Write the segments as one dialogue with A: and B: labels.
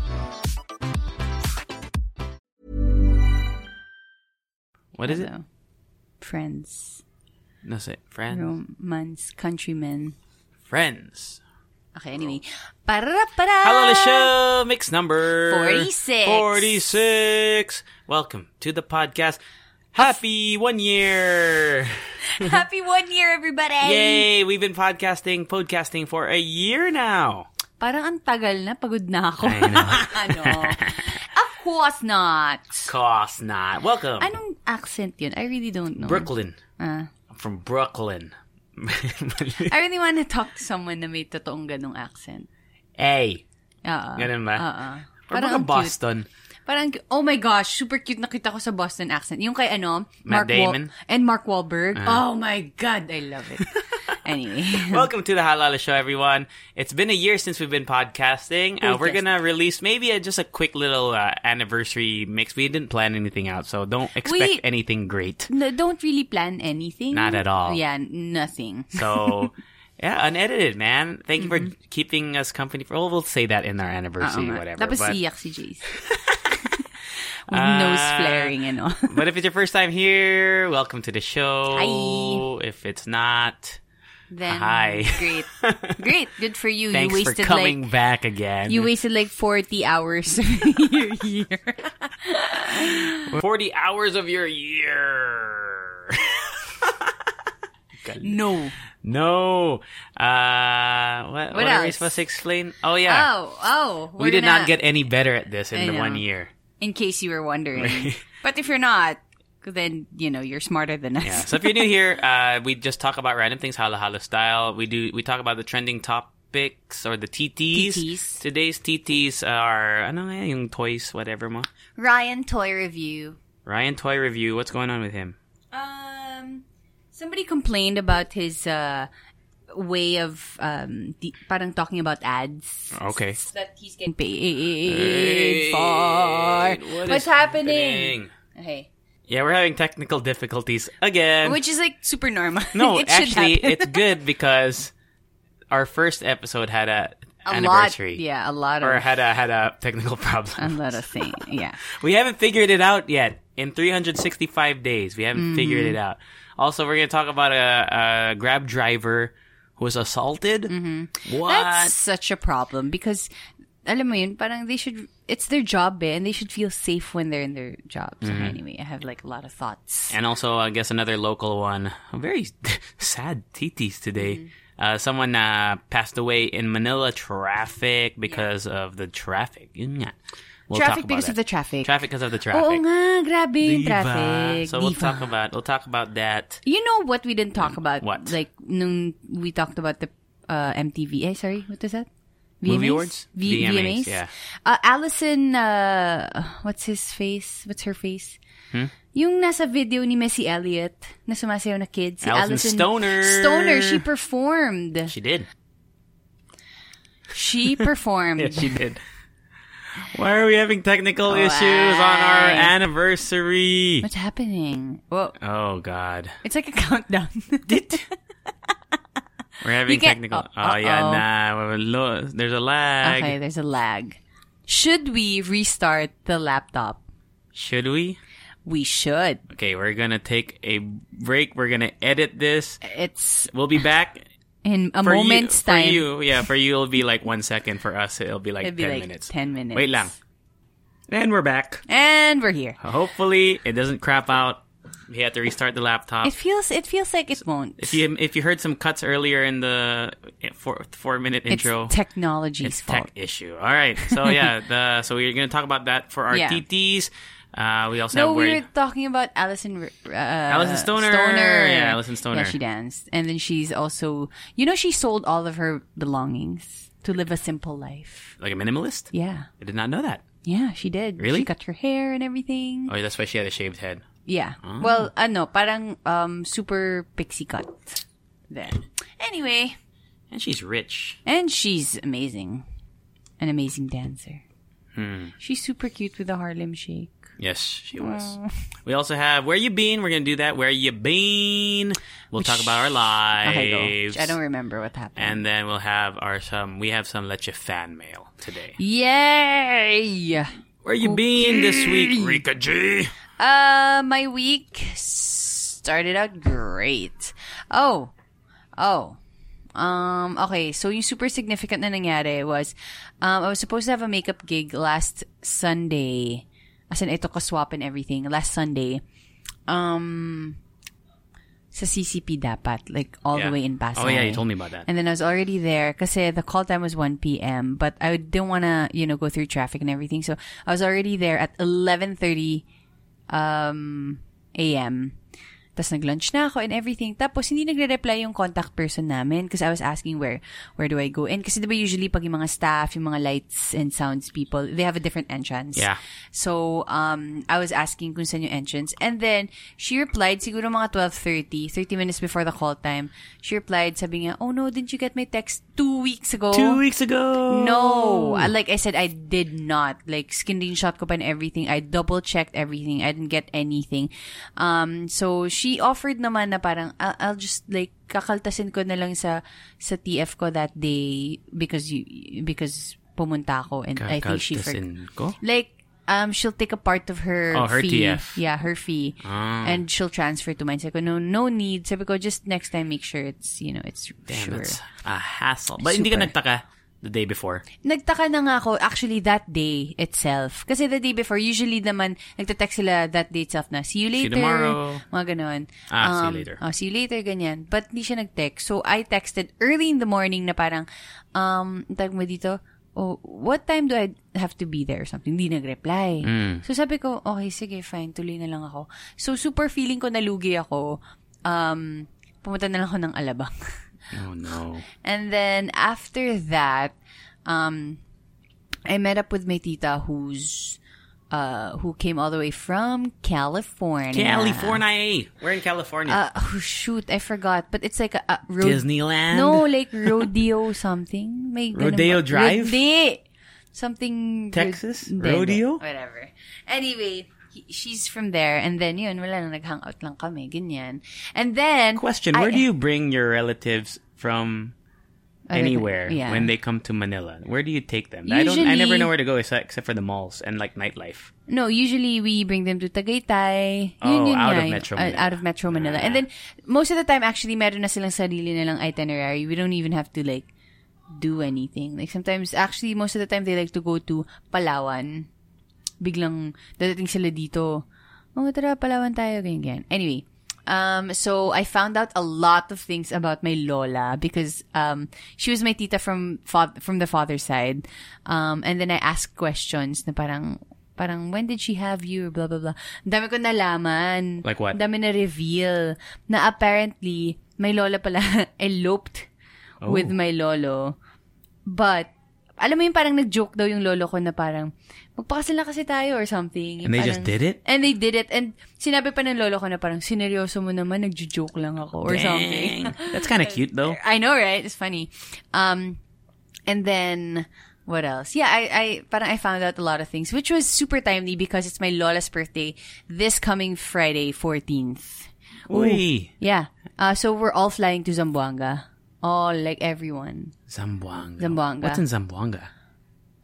A: What is it?
B: Hello. Friends.
A: No, say friends.
B: Romance. Countrymen.
A: Friends.
B: Okay, anyway. Para para.
A: Oh. Hello, the show. Mix number
B: 46.
A: 46. Welcome to the podcast. Happy one year.
B: Happy one year, everybody.
A: Yay. We've been podcasting, podcasting for a year now.
B: Parang ang tagal na. Pagod na ako.
A: I know.
B: ano? Of course not.
A: Course not. Welcome.
B: Anong accent yun? I really don't know.
A: Brooklyn.
B: Ah.
A: I'm from Brooklyn.
B: I really want to talk to someone na may totoong ganong accent.
A: hey.
B: Oo.
A: Ganun ba?
B: Oo.
A: Or baka
B: ang Uh, cute.
A: Boston.
B: Parang, oh my gosh, super cute nakita ko sa Boston accent. Yung kay ano,
A: Matt
B: Mark
A: Damon? Uh-huh.
B: Wa- and Mark Wahlberg. Oh my God, I love it. anyway.
A: Welcome to the Halala Show, everyone. It's been a year since we've been podcasting. Uh, we're
B: Podcasting.
A: gonna release maybe a, just a quick little uh, anniversary mix. We didn't plan anything out, so don't expect
B: We-
A: anything great.
B: No, don't really plan anything.
A: Not at all.
B: Yeah, nothing.
A: So, yeah, unedited, man. Thank you
B: Mm-hmm.
A: for keeping us company for. Well, we'll say that in our
B: Oo
A: anniversary,
B: nga.
A: whatever.
B: Tapos
A: but-
B: iyak si Jace. With nose
A: Ah.
B: flaring and all.
A: but if it's your first time here, welcome to the show.
B: Hi.
A: If it's not,
B: Then,
A: Hi.
B: great. Great. Good for you.
A: thanks
B: you
A: for
B: wasted
A: coming
B: like
A: back again.
B: you wasted like 40 hours of your year.
A: 40 hours of your year.
B: No.
A: No. Uh, what, what, are we
B: else?
A: supposed to explain? Oh, yeah.
B: Oh, oh.
A: we
B: we're
A: did
B: gonna-
A: not get any better at this
B: I
A: in the
B: know.
A: one year.
B: in case you were wondering. but if you're not, then you know you're smarter than us.
A: Yeah. So if you're new here, uh, we just talk about random things, hala hala style. We do we talk about the trending topics or the TTs.
B: TTs.
A: Today's TTs are ano nga yung toys whatever mo.
B: Ryan toy review.
A: Ryan toy review. What's going on with him?
B: Um, somebody complained about his uh way of um di- parang talking about ads
A: Okay.
B: that he's getting paid for.
A: What is
B: What's happening? Okay.
A: Yeah, we're having technical difficulties again.
B: Which is like super normal.
A: No,
B: It should
A: actually,
B: happen.
A: it's good because our first episode had a,
B: a lot.
A: anniversary,
B: Yeah, a lot
A: or
B: of
A: had a had a technical problem.
B: a lot of things. Yeah.
A: we haven't figured it out yet. In 365 days, we haven't figured it
B: Mm-hmm.
A: out. Also, we're gonna talk about a, a grab driver who was assaulted. Mm-hmm. What?
B: That's such a problem because alam mo yun, parang they should it's their job eh, and they should feel safe when they're in their job. So
A: Mm-hmm.
B: anyway, I have like a lot of thoughts.
A: And also, I guess another local one. A very sad titis today.
B: Mm-hmm.
A: Uh, someone uh, passed away in Manila traffic because of the traffic. Yun nga. We'll talk
B: traffic
A: about
B: because
A: that.
B: of the traffic.
A: traffic because of the traffic.
B: Oo nga, grabe yung
A: Diba?
B: Oh, traffic.
A: So we'll
B: Diba.
A: talk about we'll talk about that.
B: You know what we didn't talk about?
A: Mm, What?
B: Like nung we talked about the uh, MTV. Eh, sorry, what is that?
A: Movie Awards?
B: V-
A: VMAs,
B: VMAs?
A: yeah.
B: Uh, Allison, uh, what's his face? What's her face?
A: Hmm?
B: Yung nasa video ni Missy Elliott na sumasayaw na kid. Si
A: Allison
B: Allison
A: Stoner.
B: Stoner, she performed. She,
A: She did.
B: performed.
A: she did. Why are we having technical issues on our
B: Why?
A: anniversary?
B: What's happening? Well,
A: Oh God,
B: it's like a countdown.
A: we're having
B: You get-
A: technical.
B: oh,
A: oh yeah,
B: uh-oh.
A: nah. we're lo- There's a lag.
B: okay, there's a lag. Should we restart the laptop?
A: Should we?
B: We should.
A: Okay, we're gonna take a break. We're gonna edit this.
B: It's
A: We'll be back
B: in a
A: for you-
B: moment's time.
A: For you, yeah, for you it'll be like one second. For us, it'll be like
B: It'll be
A: ten
B: like
A: minutes.
B: 10 minutes.
A: Wait, lang. And we're back.
B: And we're here.
A: Hopefully, it doesn't crap out. We have to restart the laptop.
B: It feels it feels like it won't.
A: If you if you heard some cuts earlier in the eh, four four minute
B: it's
A: intro,
B: technology's
A: it's
B: fault.
A: tech issue. All right, so yeah, the, so we're gonna talk about that for our
B: Yeah.
A: TTs. Uh, we also
B: no,
A: have
B: we
A: where
B: were talking about Allison. Uh,
A: Allison Stoner. Yeah, Allison Stoner.
B: Yeah, she danced, and then she's also, you know, she sold all of her belongings to live a simple life.
A: like a minimalist.
B: Yeah,
A: I did not know that.
B: Yeah, she did.
A: Really?
B: She cut her hair and everything.
A: Oh, that's why she had a shaved head.
B: Yeah. Well, ano, parang um, super pixie cut. There. Anyway,
A: And she's rich.
B: and she's amazing. An amazing dancer. She's super cute with the Harlem Shake.
A: Yes, she was.
B: Mm.
A: We also have Where You Been. We're going to do that. Where You Been. We'll talk about our
B: Okay,
A: lives.
B: go. I don't remember what happened.
A: And then we'll have our some. We have some Let You fan mail today.
B: Yay!
A: Where You Been this week, Rika G?
B: Uh, my week started out great. Oh, oh. Um, okay, so yung super significant na nangyari was, um, I was supposed to have a makeup gig last Sunday. As in, ito ko swap and everything. Last Sunday. Um, sa CCP dapat. Like, all
A: Yeah.
B: the way in Pasay.
A: Oh, yeah, you told me about that.
B: And then I was already there kasi the call time was 1 p.m. But I didn't want to, you know, go through traffic and everything. So I was already there at 11.30 um, a.m. Tapos nag-lunch na ako and everything. Tapos hindi nagre-reply yung contact person namin kasi I was asking where where do I go in. Kasi diba usually pag yung mga staff, yung mga lights and sounds people, they have a different entrance.
A: Yeah.
B: So, um, I was asking kung saan yung entrance. And then, she replied, siguro mga 12.30, 30 minutes before the call time, she replied, sabi niya, oh no, didn't you get my text two weeks ago?
A: Two weeks ago.
B: No. I- Like I said, I did not. Like, screenshot ko pa and everything. I double-checked everything. I didn't get anything. Um, so, she offered naman na parang, I'll, I'll just, like, kakaltasin ko na lang sa, sa TF ko that day because you, because pumunta ako and I think she forgot.
A: Kakaltasin ko?
B: Like, um, she'll take a part of her
A: Oh, her Ah.
B: fee.
A: TF.
B: Yeah, her fee. And she'll transfer to mine. Sabi ko, no, no need. Sabi ko, just next time make sure it's, you know, it's
A: Damn,
B: sure.
A: it's a hassle. But hindi ka
B: Super.
A: nagtaka the day before.
B: Nagtaka na nga ako, actually, that day itself. Kasi the day before, usually naman, nagtatext sila that day itself na, see you
A: See you
B: later.
A: tomorrow.
B: Mga ganun.
A: Ah, see you later.
B: Oh, see you later, ganyan. But hindi siya nag-text. So, I texted early in the morning na parang, um, tag mo dito, oh, what time do I have to be there or something? Hindi nag-reply.
A: Mm.
B: So, sabi ko, okay, sige, fine, tuloy na lang ako. So, super feeling ko nalugi ako. Um, pumunta na lang ako ng Alabang.
A: Oh, no.
B: And then after that, um, I met up with my tita who's uh, who came all the way from California.
A: California. We're in California.
B: Uh, oh, shoot, I forgot. But it's like a, a road.
A: Disneyland?
B: No, like rodeo something. May ganun
A: Rodeo
B: ba?
A: Drive?
B: Hindi. Something.
A: Texas?
B: Hindi,
A: Rodeo?
B: hindi. Whatever. Anyway, he- she's from there. And then yun, wala na, nag-hangout lang kami. Ganyan. And then.
A: Question:
B: I-
A: Where do you bring your relatives from?
B: Other than-
A: Anywhere
B: yeah.
A: when they come to Manila, where do you take them? I don't. I never
B: Usually-
A: know where to go except, except for the malls and like nightlife.
B: No, usually we bring them to Tagaytay.
A: Oh, out of
B: nga,
A: Metro
B: uh,
A: Manila.
B: out of Metro Manila. And then, most of the time, actually, meron na silang sarili nilang itinerary. We don't even have to, like, do anything. Like, sometimes, actually, most of the time, they like to go to Palawan. Biglang, dadating sila dito. Oh, tara, Palawan tayo, ganyan, ganyan. Anyway, um, so I found out a lot of things about my Lola because um, she was my tita from fa- from the father's side. Um, and then I asked questions na parang, parang, when did she have you? Blah, blah, blah. Ang Dami ko nalaman.
A: Like what?
B: Ang Dami na reveal na apparently, my Lola pala eloped
A: Oh.
B: with my Lolo. But, alam mo yung parang nag-joke daw yung lolo ko na parang, magpakasal na kasi tayo or something.
A: And they just did it?
B: And they did it. And sinabi pa ng lolo ko na parang, sineryoso mo naman, nagjo-joke lang ako or something.
A: Dang, that's kind of cute though.
B: I know, right? It's funny. Um, and then what else? Yeah, I, I, parang I found out a lot of things, which was super timely because it's my Lola's birthday this coming Friday, 14th.
A: Uy,
B: Yeah. Uh, so we're all flying to Zamboanga. All, like everyone.
A: Zamboanga.
B: Zamboanga.
A: What's in Zamboanga?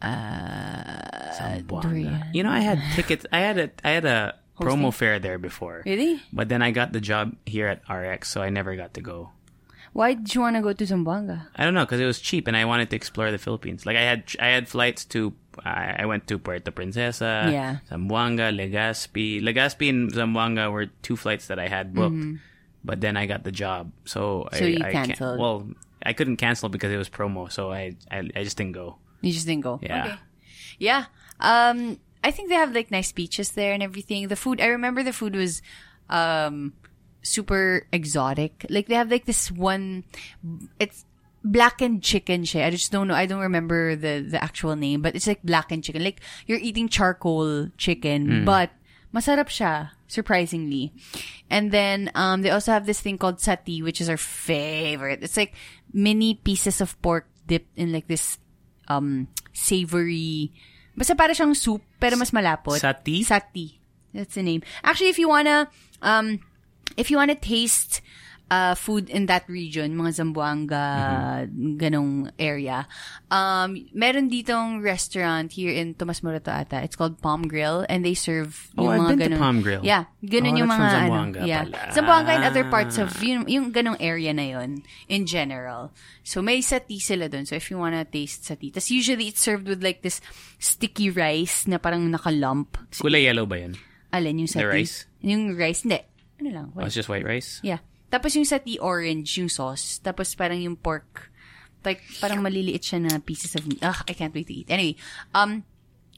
A: Uh, Zamboanga. You know, I had tickets. I had a I had a promo fair there before.
B: Really?
A: But then I got the job here at RX, so I never got to go.
B: Why did you want to go to Zamboanga?
A: I don't know because it was cheap, and I wanted to explore the Philippines. Like I had, I had flights to. I I went to Puerto Princesa,
B: Yeah.
A: Zamboanga, Legazpi. Legazpi and Zamboanga were two flights that I had booked, but then I got the job, so,
B: Mm-hmm. So
A: I,
B: you
A: I can't-
B: canceled.
A: Well, I couldn't cancel because it was promo, so I, I, I just didn't go.
B: You just didn't go.
A: Yeah.
B: Okay. Yeah. Um, I think they have like nice beaches there and everything. The food, I remember the food was, um, super exotic. Like they have like this one, it's, blackened chicken siya. I just don't know. I don't remember the the actual name, but it's like blackened chicken. Like you're eating charcoal chicken, but masarap siya surprisingly. And then um they also have this thing called sati, which is our favorite. It's like mini pieces of pork dipped in like this um savory basta para siyang soup pero mas malapot.
A: Sati?
B: Sati. That's the name. Actually, if you wanna um if you wanna taste uh, food in that region, mga Zamboanga,
A: Mm-hmm.
B: ganong area. Um, meron ditong restaurant here in Tomas Morato ata. It's called Palm Grill and they serve
A: Oh,
B: yung
A: I've
B: mga
A: been to
B: ganong-
A: Palm Grill.
B: Yeah,
A: Oh,
B: ganun yung
A: that's
B: mga
A: from
B: ano,
A: Zamboanga
B: yeah.
A: pala.
B: Zamboanga and other parts of yun, yung ganong area na yon in general. So may sati sila doon. So if you wanna taste sati. Tapos usually it's served with like this sticky rice na parang nakalump.
A: Kulay yellow ba yun?
B: Alin yung sati?
A: rice?
B: Yung rice, hindi. Ano lang.
A: Oh,
B: wala.
A: it's just white rice?
B: Yeah. Tapos yung sa tea orange, yung sauce. Tapos parang yung pork. Like, parang maliliit siya na pieces of meat. Ugh, I can't wait to eat. Anyway, um,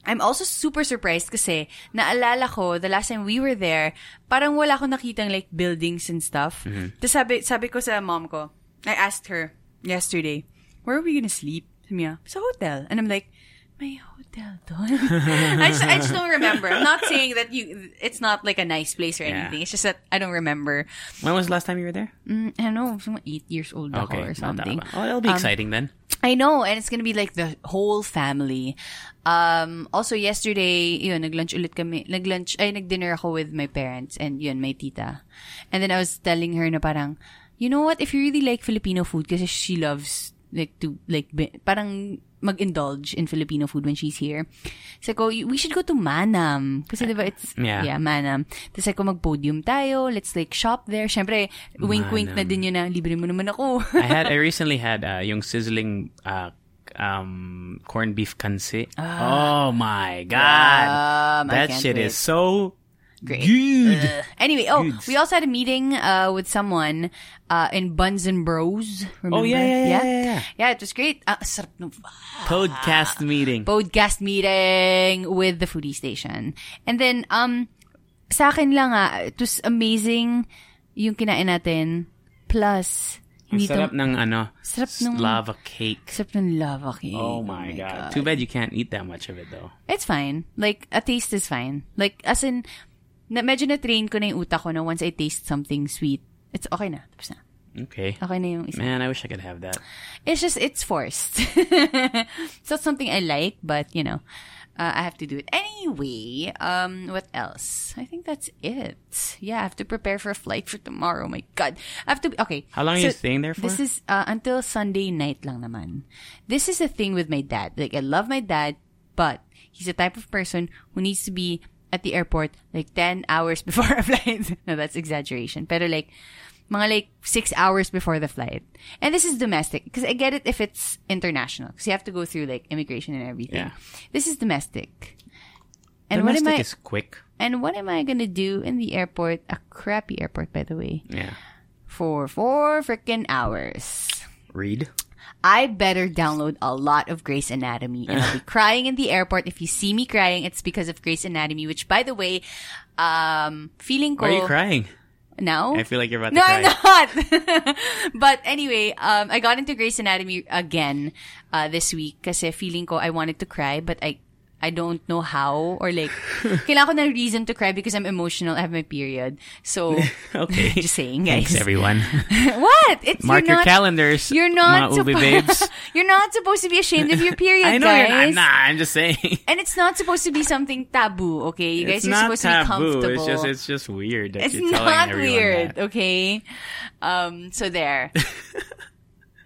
B: I'm also super surprised kasi naalala ko, the last time we were there, parang wala akong nakitang like buildings and stuff. Tapos sabi, sabi ko sa mom ko, I asked her yesterday, where are we gonna sleep? Sabi niya, sa hotel. And I'm like, may hotel doon. I, just, I just don't remember. I'm not saying that you, it's not like a nice place or
A: Yeah.
B: anything. It's just that I don't remember.
A: When was the last time you were there?
B: I don't know, some eight years old ako or
A: not that
B: something.
A: bad. Oh, it'll be exciting then.
B: I know, and it's gonna be like the whole family. Um, also yesterday, yun, naglunch ulit kami, naglunch, ay, nagdinner ako with my parents and yun, my tita. And then I was telling her na parang, you know what, if you really like Filipino food, kasi she loves, like, to, like, bi- parang mag-indulge in Filipino food when she's here. So ko, we should go to Manam. Kasi diba, it's,
A: Yeah.
B: yeah, Manam. Tapos ako mag-podium tayo, let's like shop there. Siyempre, wink-wink
A: Manam.
B: na din yun na, libre mo naman ako.
A: I had I recently had uh, yung sizzling uh, um, corned beef kansi. oh my god,
B: Um, Ah. I
A: that
B: can't
A: shit
B: wait.
A: is so
B: Great.
A: good.
B: Anyway, oh,
A: Goods.
B: we also had a meeting uh, with someone uh, in Buns and Bros.
A: Oh,
B: Remember?
A: yeah, yeah, yeah, yeah, yeah.
B: Yeah, it was great. Uh, sarap ng-
A: Podcast meeting.
B: podcast meeting with the foodie station. And then, um, sa akin lang ah, it was amazing yung kinain natin. Plus,
A: Ang
B: hindi
A: sarap
B: tong-
A: ng ano,
B: Sarap
A: s-
B: nung-
A: lava cake.
B: sarap ng lava cake.
A: Oh my, god. Too bad you can't eat that much of it though.
B: It's fine. Like, a taste is fine. Like, as in, na, medyo na-train ko na yung utak ko na once I taste something sweet, it's okay na. Tapos na.
A: Okay.
B: Okay na yung isa.
A: Man, I wish I could have that.
B: It's just, it's forced. it's not something I like, but, you know, uh, I have to do it. Anyway, um, what else? I think that's it. Yeah, I have to prepare for a flight for tomorrow. My God. I have to, be, okay.
A: How long are you staying there for?
B: This is, uh, until Sunday night lang naman. This is the thing with my dad. Like, I love my dad, but he's the type of person who needs to be at the airport like 10 hours before a flight. no, that's exaggeration. Pero like, mga like six hours before the flight. And this is domestic. Because I get it if it's international. Because you have to go through like immigration and everything.
A: Yeah.
B: This is domestic. And
A: Domestic
B: what am I
A: is quick.
B: and what am I gonna do in the airport? A crappy airport, by the way,
A: Yeah.
B: for four freaking hours.
A: Read.
B: I better download a lot of Grey's Anatomy. And I'll be crying in the airport. If you see me crying, it's because of Grey's Anatomy, which by the way, um feeling
A: Why
B: ko
A: are you crying?
B: now.
A: I feel like you're about
B: No,
A: to
B: I'm
A: cry.
B: not. but anyway, um, I got into Grey's Anatomy again uh, this week kasi feeling ko I wanted to cry but I I don't know how or like kailangan ko ng reason to cry because I'm emotional. I have my period. So
A: Okay.
B: just saying, guys.
A: Thanks everyone.
B: what? It's
A: Mark
B: you're
A: your
B: not,
A: calendars.
B: You're not
A: mga ube
B: suppo-
A: babes.
B: You're not supposed to be ashamed of your period,
A: I know
B: guys.
A: you're not. I'm not. I'm just saying.
B: And it's not supposed to be something taboo, okay? You guys
A: it's
B: are
A: not
B: supposed to be
A: taboo.
B: comfortable
A: It's just it's just weird that
B: it's
A: you're telling
B: not
A: everyone
B: weird,
A: that.
B: okay? Um, so there.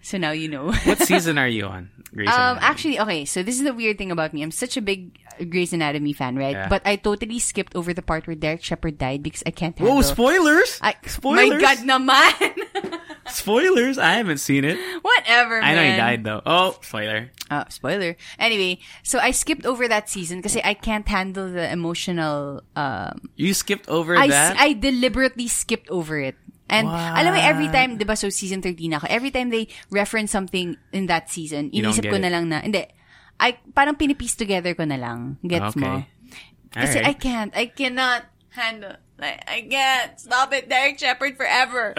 B: so now you know.
A: What season are you on? Grey's
B: Um,
A: Anatomy?
B: actually, okay, so this is the weird thing about me. I'm such a big Grey's Anatomy fan, right?
A: Yeah.
B: But I totally skipped over the part where Derek Shepard died because I can't handle
A: Whoa, spoilers!
B: I,
A: Oh, spoilers!
B: My God naman!
A: Spoilers! I haven't seen it.
B: Whatever,
A: I know he
B: man.
A: died though. Oh, spoiler.
B: Uh, spoiler. Anyway, so I skipped over that season kasi I can't handle the emotional, um,
A: You skipped over
B: I,
A: that.
B: I deliberately skipped over it. And
A: What?
B: alam mo, every time, di ba, so season 13 na ako, every time they reference something in that season,
A: You don't
B: inisip
A: get
B: ko na
A: it.
B: lang na, hindi, I, parang pinipiece together ko na lang.
A: okay.
B: Gets mo?
A: All
B: Kasi
A: right.
B: I can't, I cannot handle, I, I can't. Stop it, Derek Shepard forever.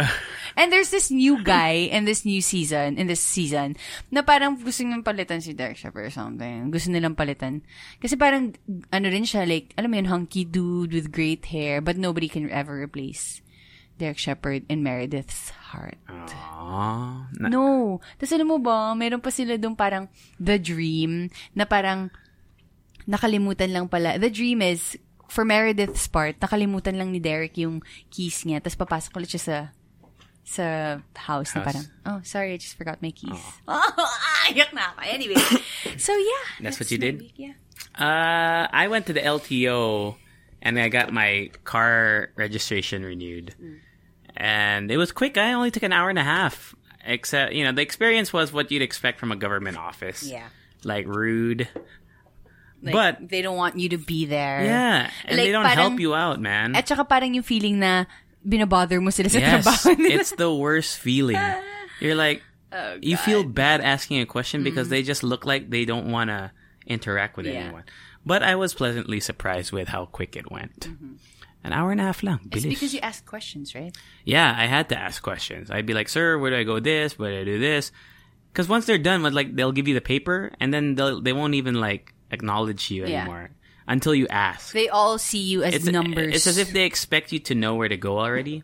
B: and there's this new guy in this new season, in this season, na parang gusto nilang palitan si Derek Shepard or something. Gusto nilang palitan. Kasi parang, ano rin siya, like, alam mo yun, hunky dude with great hair, but nobody can ever replace Derek Shepard in Meredith's heart.
A: Aww. Na-
B: No. Tapos alam mo ba, meron pa sila doon parang the dream na parang nakalimutan lang pala. The dream is, for Meredith's part, nakalimutan lang ni Derek yung keys niya. Tapos papasok ulit siya sa sa
A: House.
B: house, na
A: Oh.
B: parang, oh, sorry, I just forgot my keys. ayak na ako. Anyway. so, yeah.
A: That's what
B: that's
A: you
B: my
A: did?
B: week, Yeah.
A: Uh, I went to the LTO and I got my car registration renewed. And it was quick. I only took an hour and a half. Except, you know, the experience was what you'd expect from a government office.
B: Yeah.
A: Like rude.
B: Like,
A: But-
B: they don't want you to be there.
A: Yeah. And
B: Like,
A: they don't
B: parang-
A: help you out, man.
B: At saka parang yung feeling na binabother mo sila sa
A: Yes.
B: trabaho nila.
A: it's the worst feeling. You're like,
B: Oh,
A: you feel bad asking a question because they just look like they don't want to interact with
B: Mm-hmm. Yeah.
A: anyone. But I was pleasantly surprised with how quick it went. An hour and a half lang.
B: Mm-hmm. It's
A: bilis.
B: because you ask questions, right?
A: Yeah, I had to ask questions. I'd be like, "Sir, where do I go? This? Where do I do this?" Because once they're done, with like they'll give you the paper, and then they'll, they won't even like acknowledge you
B: Yeah.
A: anymore until you ask.
B: They all see you as
A: it's
B: numbers.
A: It's as if they expect you to know where to go already.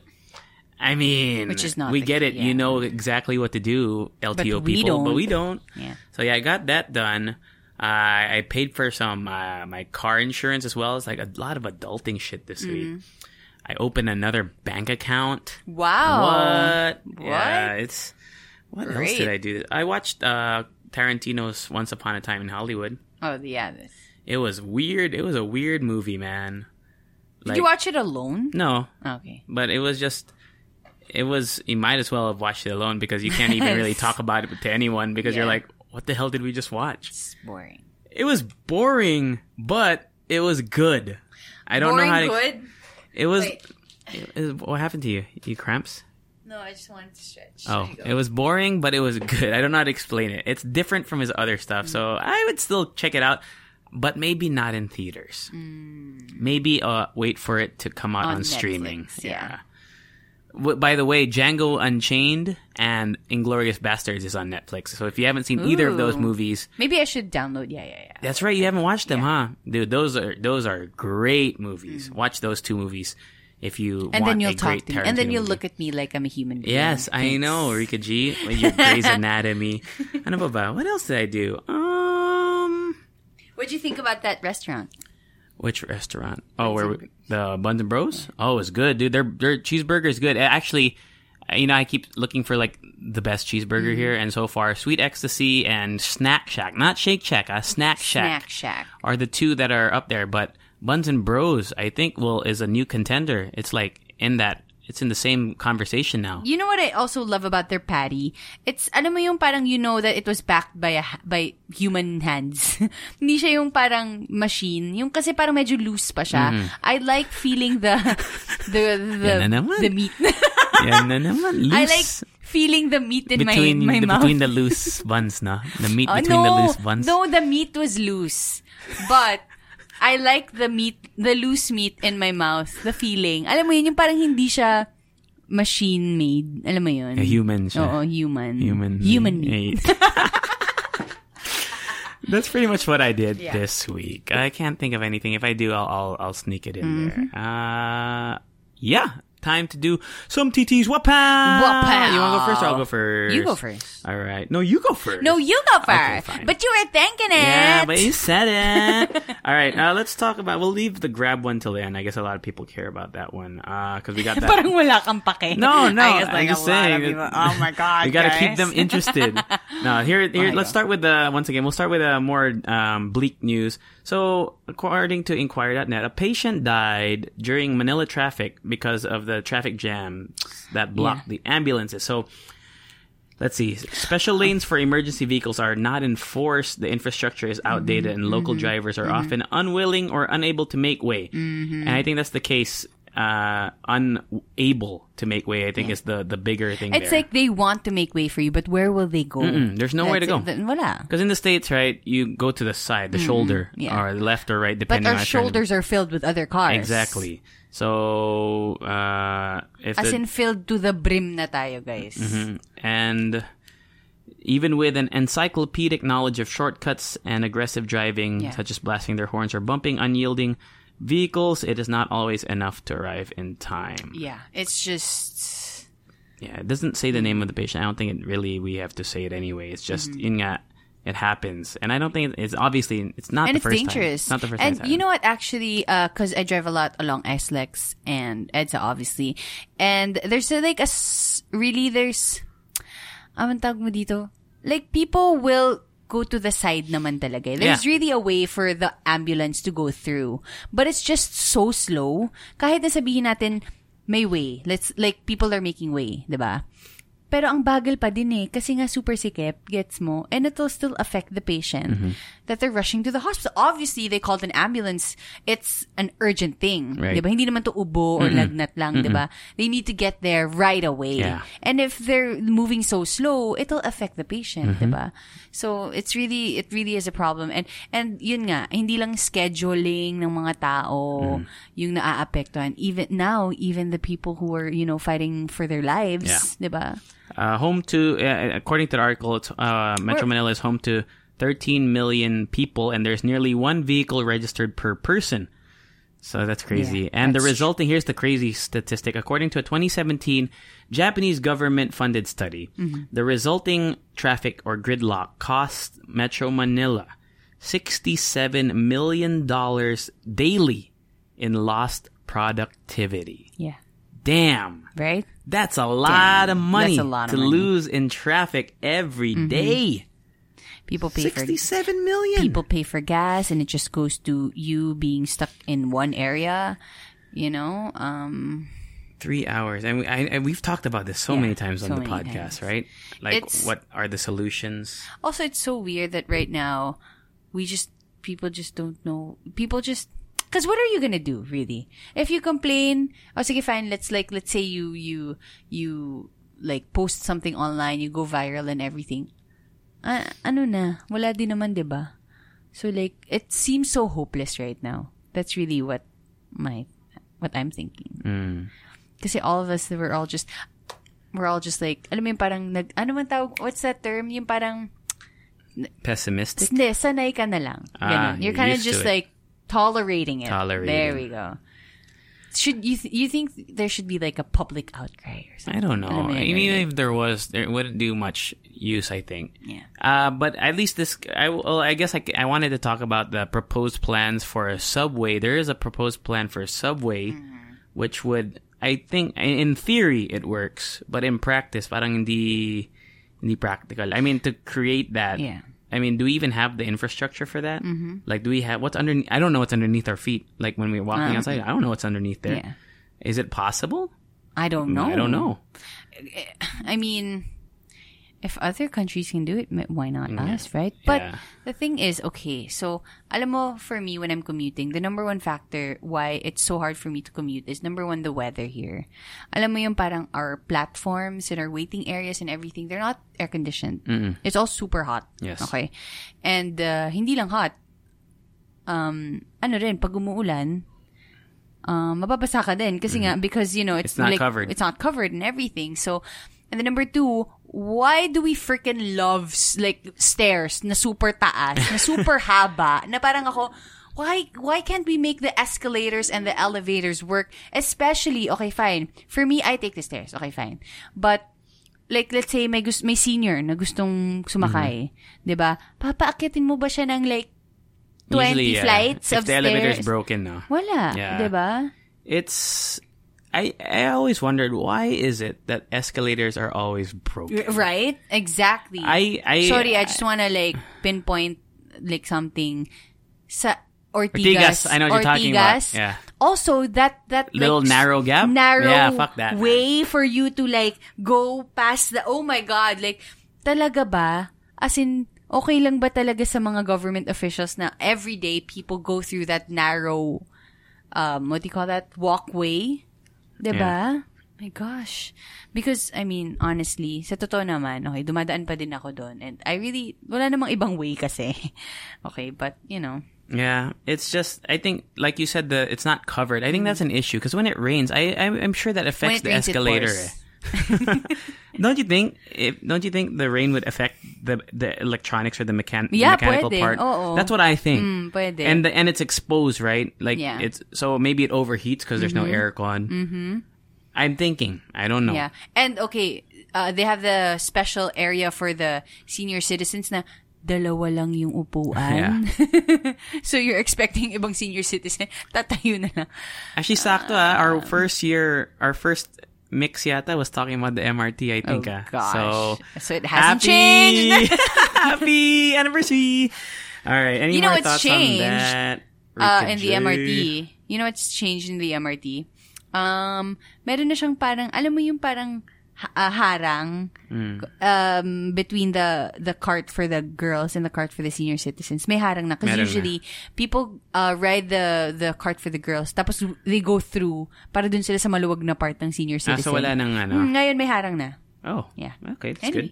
A: I mean,
B: Which is not
A: we
B: the-
A: get it.
B: yeah.
A: You know exactly what to do, LTO people, but
B: we don't.
A: we don't.
B: Yeah.
A: So yeah, I got that done. Uh, I paid for some uh, my car insurance as well. It's like a lot of adulting shit this week.
B: Mm-hmm.
A: I opened another bank account.
B: Oh, Wow.
A: What? Yeah, it's what else
B: Great.
A: did I do? I watched uh, Tarantino's Once Upon a Time in Hollywood.
B: Oh yeah. This.
A: It was weird. It was a weird movie, man.
B: Did you watch it alone?
A: No,
B: Okay.
A: but it was just. It was. You might as well have watched it alone because you can't even really
B: Yes.
A: talk about it to anyone because you're
B: Yeah.
A: like, what the hell did we just watch?
B: It's boring.
A: It was boring, but it was good. I don't know how to.
B: good.
A: It was.
B: Wait.
A: it- it- what happened to you? You cramps?
B: No, I just wanted to stretch.
A: Oh, it was boring, but it was good. I don't know how to explain it. It's different from his other stuff, so
B: Mm.
A: I would still check it out, but maybe not in theaters. Maybe uh, wait for it to come out on,
B: Mm. On Netflix,
A: streaming.
B: yeah.
A: W- By the way, Django Unchained and Inglorious Bastards is on Netflix. So if you haven't seen either of those
B: Ooh.
A: movies,
B: Maybe I should download. Yeah, yeah, yeah.
A: that's right, you haven't watched them, huh? Dude, those are those are great movies. Watch those two movies if you
B: Mm. And
A: want
B: then
A: a
B: you'll
A: great
B: talk to me. And then
A: Tarantino
B: you'll
A: movie.
B: look at me like I'm a human being.
A: Yes, I know, Rika G. With your Grey's Anatomy. ano ba ba? What else did I do? Um,
B: What'd you think about that restaurant?
A: which restaurant? Oh, where we, the Buns and Bros? Oh, it's good, dude. Their their cheeseburger is good. Actually, you know, I keep looking for like the best
B: Mm-hmm.
A: cheeseburger here, and so far, Sweet Ecstasy and Snack Shack, not Shake Shack, uh, Snack Shack,
B: Snack Shack.
A: are the two that are up there. But Buns and Bros, I think, will is a new contender. It's like in that. It's in the same conversation now.
B: You know what I also love about their patty? It's alam mo yung parang you know that it was backed by a, ha- by human hands. Hindi siya yung parang machine. Yung kasi parang medyo loose pa siya. I like feeling the the the,
A: Mm-hmm. Yan na naman.
B: the meat.
A: Yan na naman. Loose.
B: I like feeling the meat in
A: between
B: my my
A: the,
B: mouth.
A: between the loose buns, na the meat
B: Oh,
A: between
B: no,
A: the loose buns.
B: no, the meat was loose, but I like the meat, the loose meat in my mouth, the feeling. Alam mo yun, yung parang hindi siya machine made. Alam mo yun?
A: A human siya.
B: Oo, human.
A: human,
B: Human meat.
A: That's pretty much what I did this week. I can't think of anything. If I do, I'll I'll, I'll sneak it in there.
B: Mm-hmm.
A: Uh, yeah, time to do some TTs. Wapow!
B: Wapow!
A: You want to go first? or I'll go first.
B: You go first.
A: All right. No, you go first.
B: No, you go
A: Okay,
B: first.
A: fine.
B: but you were thinking it.
A: Yeah, but you said it. All right, uh, let's talk about. We'll leave the grab one till the end. I guess a lot of people care about that one because we got that.
B: parang wala kang pake.
A: No, no.
B: I guess like
A: I'm just
B: a lot
A: saying.
B: of people,
A: that-
B: oh my god,
A: we gotta
B: guys. Oh
A: keep them interested. no, here, here.
B: my
A: let's
B: God.
A: start with the once again. We'll start with a more um, bleak news. So, according to Inquire.net, a patient died during Manila traffic because of the traffic jam that blocked the ambulances. So. Let's see.
B: Uh,
A: Special lanes for emergency vehicles are not enforced. The infrastructure is
B: Mm-hmm. Mm-hmm.
A: outdated, and local drivers are often unwilling or unable to make way. And I think that's the case uh, unable to make way, I think is the, the bigger thing
B: It's
A: there.
B: like they want to make way for you, but where will they go?
A: Mm, there's nowhere to
B: That's
A: go.
B: it. Then Wala.
A: Because in the States, right, you go to the side, the shoulder,
B: yeah.
A: or the left or right,
B: But
A: depending
B: our
A: on how you're trying to-
B: shoulders are filled with other cars.
A: Exactly. So, uh, if
B: As
A: the- Mm-hmm.
B: in filled to the brim na tayo, guys.
A: and even with an encyclopedic knowledge of shortcuts and aggressive driving,
B: Yeah.
A: such as blasting their horns or bumping unyielding vehicles, it is not always enough to arrive in time.
B: Yeah. It's just
A: Yeah, it doesn't say the name of the
B: Mm-hmm.
A: patient. I don't think it really we have to say it anyway. It's just yun nga, it happens, and I don't think it's obviously it's not
B: and
A: the
B: it's
A: first
B: dangerous.
A: time. It's not the first
B: and
A: time.
B: you know what? Actually, because I drive a lot along SLEX and EDSA, obviously, and there's a, like a s- really there's, anong tawag mo dito? Like people will go to the side naman talaga. eh. There's
A: Yeah.
B: really a way for the ambulance to go through, but it's just so slow. Kahit na sabihin natin may way, let's like people are making way, di ba? Pero ang bagal pa din eh, kasi nga super sikip, gets mo, and it'll still affect the patient
A: Mm-hmm.
B: that they're rushing to the hospital. Obviously, they called an ambulance. It's an urgent thing.
A: Right.
B: Diba? Hindi naman to ubo or lagnat lang, diba? They need to get there right away.
A: Yeah.
B: And if they're moving so slow, it'll affect the patient,
A: Mm-hmm.
B: diba? So, it's really, it really is a problem. And, and yun nga, hindi lang scheduling ng mga tao
A: Mm-hmm.
B: yung naaapektuhan. Even now, even the people who are, you know, fighting for their lives,
A: Yeah.
B: diba?
A: Uh, home to, uh, according to the article, it's, uh, Metro
B: Or-
A: Manila is home to 13 million people, and there's nearly one vehicle registered per person. So that's crazy.
B: Yeah,
A: and the
B: that's
A: resulting here's the crazy statistic. According to a 2017 Japanese government funded study,
B: Mm-hmm.
A: the resulting traffic or gridlock cost Metro Manila 67 million dollars daily in lost productivity.
B: Yeah.
A: Damn.
B: Right?
A: That's a lot of money
B: That's a lot of
A: to
B: money.
A: lose in traffic every day.
B: People pay for
A: Sixty-seven million.
B: people pay for gas and it just goes to you being stuck in one area you know um
A: Three hours, and, we, I, and we've talked about this so
B: Yeah,
A: many times on the
B: so many
A: podcast,
B: times.
A: right? Like,
B: It's-
A: what are the solutions?
B: also it's so weird that right now we just people just don't know people just because what are you gonna do really if you complain oh sige fine let's like let's say you you you like post something online you go viral and everything Ah, ano na wala din naman 'di ba so like it seems so hopeless right now that's really what my what I'm thinking Kasi all of us, we're all just, we're all just like, alam mo yung parang, nag, ano man tawag, what's that term? Yung parang,
A: Pessimistic.
B: sne, sanay ka na lang.
A: Ah,
B: Ganun. You're
A: you're
B: kind of
A: used to it.
B: just like, tolerating it.
A: Tolerating.
B: There we go. Should you th- you think there should be like a public outcry or something?
A: I don't know.
B: Alam mo yun,
A: I mean,
B: right?
A: if there was, there wouldn't do much use, I think.
B: Yeah.
A: Uh, but at least this, I well, I guess I, I wanted to talk about the proposed plans for a subway. There is a proposed plan for a subway,
B: Mm-hmm.
A: which would, I think, in in theory, it works, but in practice, parang hindi, hindi practical. I mean, to create that.
B: Yeah.
A: I mean, do we even have the infrastructure for that? Mm-hmm. Like, do we have what's underneath? I don't know what's underneath our feet. Like when we're walking outside, I don't know what's underneath there. Is
B: Uh-huh. Yeah.
A: it possible?
B: I don't know.
A: Mm, I don't know.
B: I mean, if other countries can do it, m- why not us, right? But
A: Mm, Yeah.
B: the thing is, okay, so, alam mo, for me, when I'm commuting, the number one factor why it's so hard for me to commute is number one, the weather here. Alam mo yung parang our platforms and our waiting areas and everything, they're not air conditioned. It's all super hot.
A: Yes.
B: Okay. And, uh, hindi lang hot. Um, ano rin, pag umuulan, um, mababasa ka din kasi nga, because, you know, it's,
A: Mm-hmm. It's not
B: like-
A: covered.
B: It's not covered and everything. So, and then number two, why do we freaking love s- like stairs na super taas, na super haba, na parang ako, why why can't we make the escalators and the elevators work? Especially, okay, fine. For me, I take the stairs. Okay, fine. But like let's say may gus- may senior na gustong sumakay,
A: Mm-hmm.
B: 'di ba? Papaakyatin mo ba siya ng like 20
A: Usually, yeah.
B: flights
A: if
B: of
A: the elevator's
B: stairs?
A: broken now.
B: Wala, diba?
A: Yeah.
B: 'di ba?
A: it's I I always wondered why is it that escalators are always broken?
B: Right? Exactly.
A: I- I-
B: Sorry, I just wanna like pinpoint like something sa
A: Ortigas,
B: Ortigas.
A: I know what you're talking about.
B: Ortigas.
A: Yeah.
B: Also that that like,
A: Little
B: s-
A: narrow gap?
B: Narrow
A: Yeah, fuck that, man.
B: way for you to like go past the oh my god, like talaga ba? As in okay lang ba talaga sa mga government officials na everyday people go through that narrow um, what do you call that? Walkway. 'Di ba? My gosh. Because, I mean, honestly, sa totoo naman, okay, dumadaan pa din ako doon. And I really, wala namang ibang way kasi. okay, but, you know,
A: Yeah, it's just I think like you said the it's not covered. I think that's an issue because when it rains, I I'm, I'm sure that affects
B: it
A: the
B: rains, it
A: escalator. eh.
B: pours.
A: don't you think? If, don't you think the rain would affect the the electronics or the, mechan- the
B: Yeah,
A: mechanical
B: pwede.
A: part?
B: Oo.
A: That's what I think.
B: Mm, pwede.
A: And the, and it's exposed, right? Like
B: Yeah.
A: it's so maybe it overheats because there's no aircon. Mm-hmm. I'm thinking. I don't know.
B: Yeah. And okay, uh, they have the special area for the senior citizens na dalawa lang yung upuan. so you're expecting ibang senior citizen, tatayo na lang.
A: Actually, sakto ah. Our first year, our first mix yata was talking about the MRT, I think.
B: Oh,
A: ah.
B: gosh.
A: So,
B: So it hasn't changed.
A: happy anniversary. All right. Any
B: You know
A: more
B: what's
A: thoughts
B: changed,
A: on that?
B: Uh,
A: Ricky
B: in the
A: Jay?
B: MRT. You know what's changed in the MRT? Um, meron na siyang parang, alam mo yung parang ha- ah, harang
A: Hmm.
B: um, between the the cart for the girls and the cart for the senior citizens. May harang na. Because
A: Meron na.
B: usually, people uh, ride the the cart for the girls. Tapos, they go through para dun sila sa maluwag na part ng senior
A: Ah, so
B: citizen.
A: wala nang ano.
B: Hmm, ngayon may harang na.
A: Oh.
B: Yeah.
A: Okay, that's good.
B: Anyway.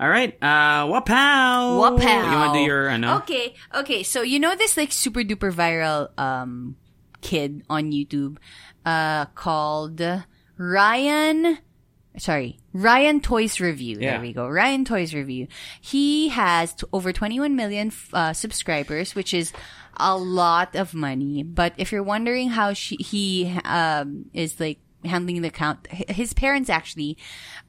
A: All right. Uh, wapow.
B: Wapow.
A: You want to do your ano?
B: Okay, okay. So you know this like super duper viral um kid on YouTube uh called Ryan sorry, Ryan Toys Review.
A: Yeah.
B: There we go. Ryan Toys Review. He has t- over 21 million f- uh, subscribers, which is a lot of money. But if you're wondering how she, he um, is like handling the account, h- his parents actually,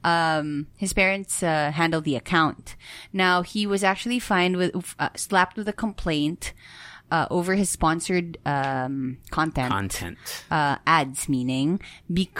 B: um, his parents uh, handle the account. Now he was actually fined with f- uh, slapped with a complaint. Uh, over his sponsored um, content
A: Content.
B: uh, ads, meaning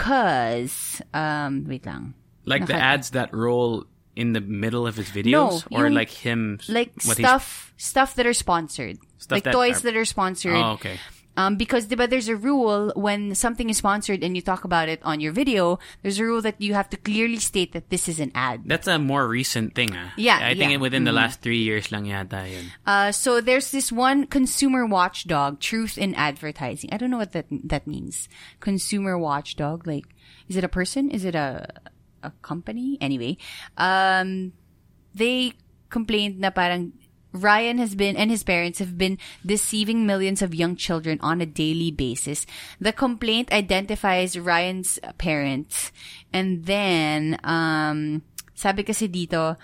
B: because um, wait lang,
A: Like the ads that roll in the middle of his videos, or
B: yung-
A: like him,
B: like
A: what he's-
B: stuff stuff that are sponsored
A: Stuff
B: like
A: that
B: toys
A: are-
B: that are sponsored
A: Oh, okay.
B: um because but there's a rule when something is sponsored and you talk about it on your video there's a rule that you have to clearly state that this is an ad
A: That's a more recent thing, ah.
B: Yeah,
A: I think
B: yeah. Mm.
A: within the last three years lang yata yun.
B: uh so there's this one consumer watchdog truth in advertising i don't know what that that means consumer watchdog like is it a person is it a a company anyway um they complained na parang Ryan has been and his parents have been deceiving millions of young children on a daily basis. The complaint identifies Ryan's parents and then um sabi kasi dito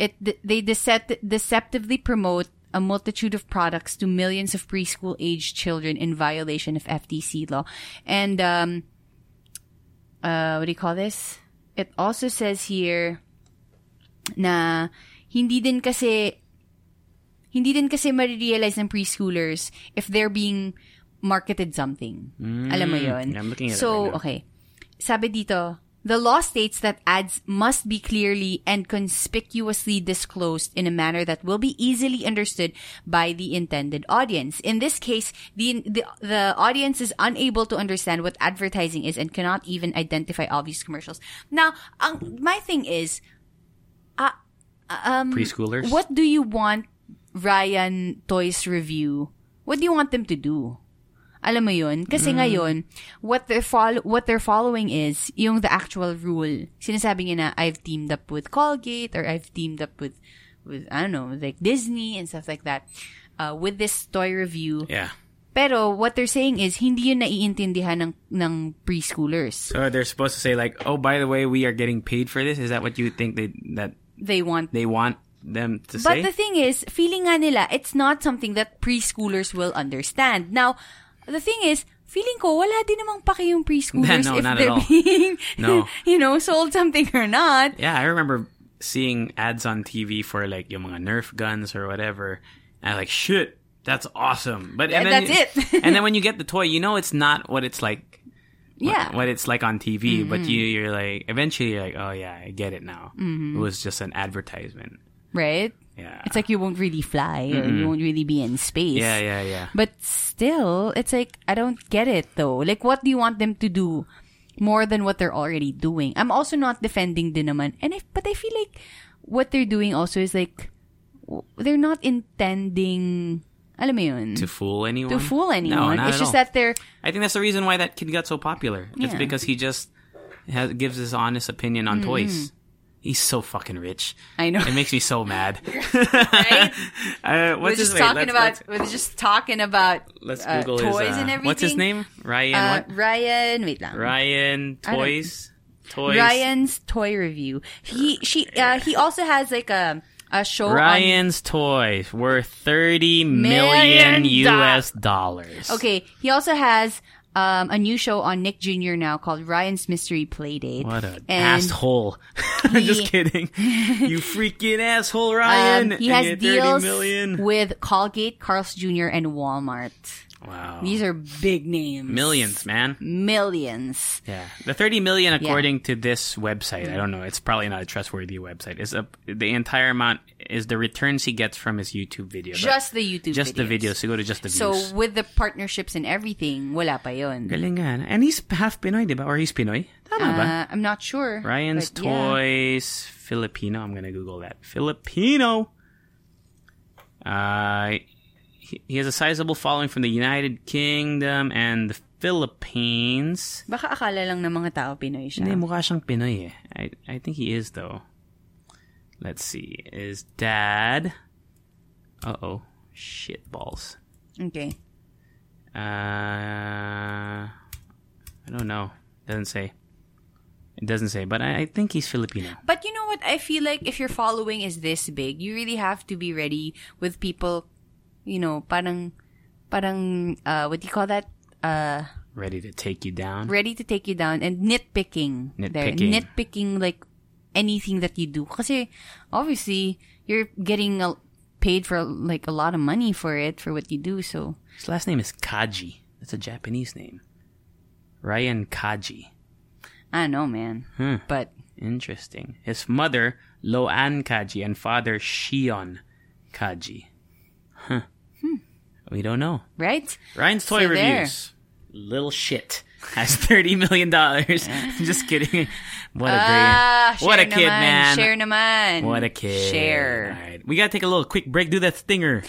B: it they decept- deceptively promote a multitude of products to millions of preschool aged children in violation of FTC law. And um uh what do you call this? It also says here na hindi din kasi hindi din kasi marirealize ng preschoolers if they're being marketed something. Alam mo
A: Mm,
B: yon.
A: Yeah, I'm looking at it
B: so,
A: right now.
B: okay. Sabi dito, the law states that ads must be clearly and conspicuously disclosed in a manner that will be easily understood by the intended audience. In this case, the the, the audience is unable to understand what advertising is and cannot even identify obvious commercials. Now, ang, my thing is,
A: Preschoolers.
B: Um, what do you want Ryan Toys Review? What do you want them to do? Alam mo yun? Kasi ngayon, what they're, fol- what they're following is yung the actual rule. Sinasabi niya na, I've teamed up with Colgate or I've teamed up with, with I don't know, like Disney and stuff like that uh, with this toy review.
A: Yeah.
B: Pero what they're saying is, hindi yun naiintindihan ng, ng preschoolers.
A: So they're supposed to say like, "Oh, by the way, we are getting paid for this." Is that what you think they that
B: They want
A: they want them to say?
B: But the thing is, feeling nga nila, it's not something that preschoolers will understand. Now, the thing is, feeling ko, wala din namang paki yung preschoolers
A: No,
B: if
A: not at
B: they're
A: all.
B: being,
A: No.
B: you know, sold something or not.
A: yeah, I remember seeing ads on TV for like yung mga Nerf guns or whatever, and I was like, "Shit, that's awesome!" But and
B: Yeah,
A: then,
B: that's it.
A: and then when you get the toy, you know it's not what it's like. what-
B: Yeah. Mm-hmm.
A: what it's like on TV, but you you're like eventually you're like, "Oh yeah, I get it now." It
B: Mm-hmm.
A: was just an advertisement.
B: Right?
A: Yeah.
B: It's like you won't really fly or you won't really be in space.
A: yeah, yeah, yeah.
B: But still, it's like, I don't get it though. Like, what do you want them to do more than what they're already doing? I'm also not defending din naman. And I, but I feel like what they're doing also is like, w- they're not intending, Alam mo yun?
A: to fool anyone.
B: To fool
A: No,
B: anyone.
A: not
B: it's
A: at
B: just
A: all.
B: that they're
A: I think that's the reason why that kid got so popular. It's
B: Yeah. Mm-hmm.
A: because he just has, gives his honest opinion on toys. He's so fucking rich.
B: I know.
A: It makes me so mad.
B: Right?
A: uh,
B: we're
A: what's his
B: just
A: name?
B: talking
A: Let's-
B: about we're just talking about
A: Let's, let's
B: uh,
A: Google
B: toys
A: his. uh,
B: and everything.
A: What's his name? Ryan. what?
B: Uh, Ryan, wait lang.
A: Ryan
B: I don't-
A: toys. Toys.
B: Ryan's toy review. He she uh, he also has like a a show on
A: Ryan's toys were thirty million
B: Million do-
A: U.S. dollars.
B: Okay, he also has um, a new show on Nick Jr. now called Ryan's Mystery Playdate.
A: What an
B: And,
A: asshole! Just kidding. You freaking asshole, Ryan.
B: Um, he
A: And
B: has
A: you're 30
B: deals
A: million.
B: with Colgate, Carl's Jr., and Walmart.
A: Wow.
B: These are big names.
A: Millions, man.
B: Mm. Millions.
A: Yeah. The 30 million, according to this website,
B: Mm.
A: I don't know, it's probably not a trustworthy website, is a, the entire amount is the returns he gets from his YouTube video.
B: Just the YouTube
A: But just the videos.
B: videos.
A: So go to just the
B: So
A: views.
B: with the partnerships and everything, wala pa yun.
A: Galing nga. And he's half Pinoy, di ba? Or he's Pinoy? Tama ba?
B: Uh, I'm not sure.
A: Ryan's
B: but yeah.
A: Toys Filipino. I'm gonna Google that. Filipino. Uh, he, he has a sizable following from the United Kingdom and the Philippines.
B: Baka akala lang ng mga tao Pinoy siya.
A: Hindi, mukha siyang Pinoy eh. I, I think he is though. Let's see. Is dad? Uh oh. Shit balls.
B: Okay.
A: Uh, I don't know. Doesn't say. It doesn't say, but I, I think he's Filipino.
B: But you know what? I feel like if your following is this big, you really have to be ready with people, you know, parang, parang, uh, what do you call that? Uh,
A: Ready to take you down.
B: ready to take you down and nitpicking. There.
A: Nitpicking.
B: Nitpicking, like, anything that you do. Kasi, obviously, you're getting a, paid for, like, a lot of money for it, for what you do, so.
A: His last name is Kaji. That's a Japanese name. Ryan Kaji.
B: I don't know, man.
A: Hmm.
B: But,
A: Interesting. His mother, Loan Kaji, and father, Shion Kaji. Huh. We don't know.
B: right?
A: Ryan's Toy
B: Hmm. So there.
A: Reviews. Little shit. Has $30 million. Just kidding. What a
B: Ah,
A: great. What a
B: share
A: kid,
B: naman,
A: man.
B: Share naman.
A: What a kid.
B: Share.
A: All right. We got to take a little quick break. Do that stinger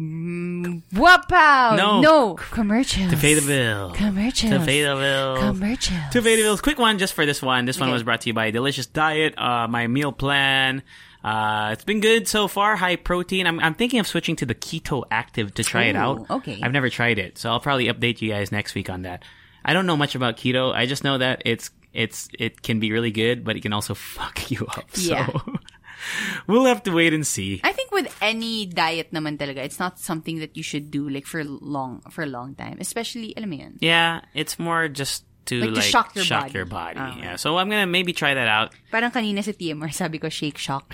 B: Wapow!
A: No.
B: No! Commercials.
A: to pay the bill.
B: Commercials.
A: To pay the bill.
B: Commercials.
A: Two Veda Bills. Quick one just for this one. This one
B: Okay.
A: was brought to you by Delicious Diet, uh, my meal plan. Uh, it's been good so far. High protein. I'm, I'm thinking of switching to the keto active to try it
B: Ooh,
A: out.
B: okay.
A: I've never tried it, so I'll probably update you guys next week on that. I don't know much about keto. I just know that it's it's it can be really good, but it can also fuck you up.
B: Yeah.
A: So we'll have to wait and see.
B: I think with any diet naman talaga, it's not something that you should do like for long for a long time. Especially, alam mo yun.
A: Yeah, it's more just to like,
B: Like to shock your body.
A: body.
B: Ah.
A: Yeah. So I'm gonna maybe try that out.
B: Parang kanina sa TMR, sabi ko, shake shock.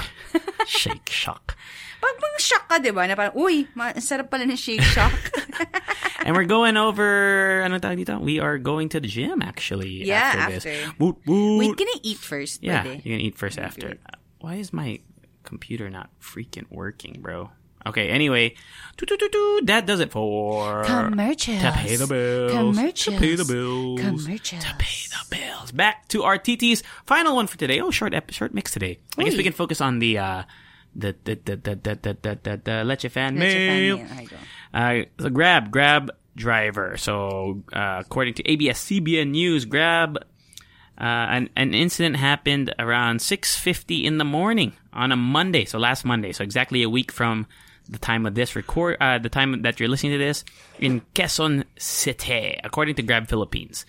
A: Shake shock.
B: Pag pang shock ka, di ba? Na parang, uy, ma- ang sarap pala ng shake shock.
A: and we're going over. Ano tawag dito? We are going to the gym actually.
B: Yeah,
A: after,
B: after.
A: this. Woot, woot.
B: Wait, can I eat first?
A: yeah,
B: Pwede.
A: you're gonna eat first after. Uh, Why is my computer not freaking working, bro? Okay, anyway, doo, doo, doo, doo, that does it for
B: Commercials.
A: to pay the bills.
B: Commercials.
A: To pay the bills.
B: Commercials.
A: To pay the bills. Back to our TT's final one for today. Oh, short ep- short mix today. I guess
B: Uy.
A: we can focus on the uh the the the the the the the, the, the Leche fan
B: Let your fan
A: mail.
B: meal. Ay, go.
A: Uh, so Grab, Grab driver. So uh, according to ABS-CBN News, Grab, uh, an an incident happened around 6:50 in the morning on a Monday. So last Monday. So exactly a week from the time of this record, uh, the time that you're listening to this in Quezon City, according to Grab Philippines.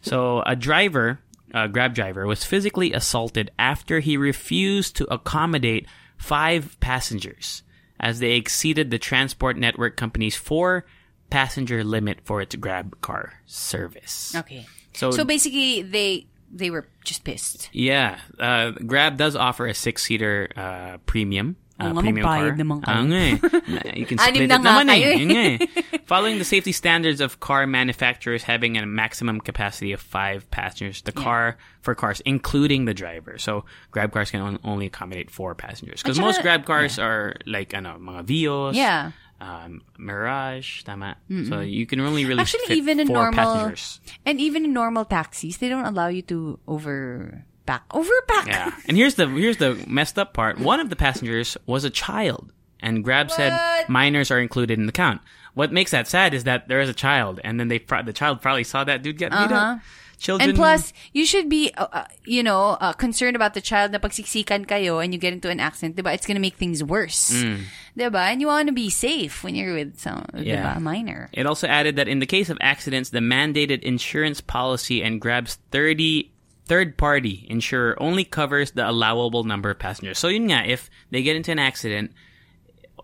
A: So a driver, a Grab driver, was physically assaulted after he refused to accommodate five passengers as they exceeded the transport network company's four passenger limit for its Grab car service.
B: Okay.
A: So-
B: so basically, they they were just pissed.
A: Yeah, uh, Grab does offer a six-seater uh, premium. Uh,
B: Oo nga,
A: premium car.
B: magbayad naman kayo.
A: Oo nga eh. Na- you can
B: Anim
A: split
B: na
A: it
B: nga
A: naman eh.
B: kayo eh.
A: Yun nga eh. Following the safety standards of car manufacturers having a maximum capacity of five passengers, the car for cars, including the driver. So Grab cars can on- only accommodate four passengers because
B: At saka-
A: most Grab cars are like ano mga Vios.
B: Yeah.
A: Um, Mirage, tama. So you can only really
B: Actually,
A: fit
B: even in
A: four
B: normal
A: passengers.
B: and even in normal taxis, they don't allow you to over back over back.
A: Yeah. And here's the here's the messed up part. One of the passengers was a child, and Grab said
B: What?
A: minors are included in the count. What makes that sad is that there is a child, and then they pro- the child probably saw that dude get beat
B: Uh-huh.
A: up. Children,
B: And plus, you should be, uh, uh, you know, uh, concerned about the child na pagsiksikan kayo and you get into an accident, diba? It's gonna make things worse.
A: Mm.
B: Diba? And you want to be safe when you're with some,
A: Yeah.
B: diba? A minor.
A: It also added that in the case of accidents, the mandated insurance policy and Grab's 30 third party insurer only covers the allowable number of passengers. So yun nga, if they get into an accident,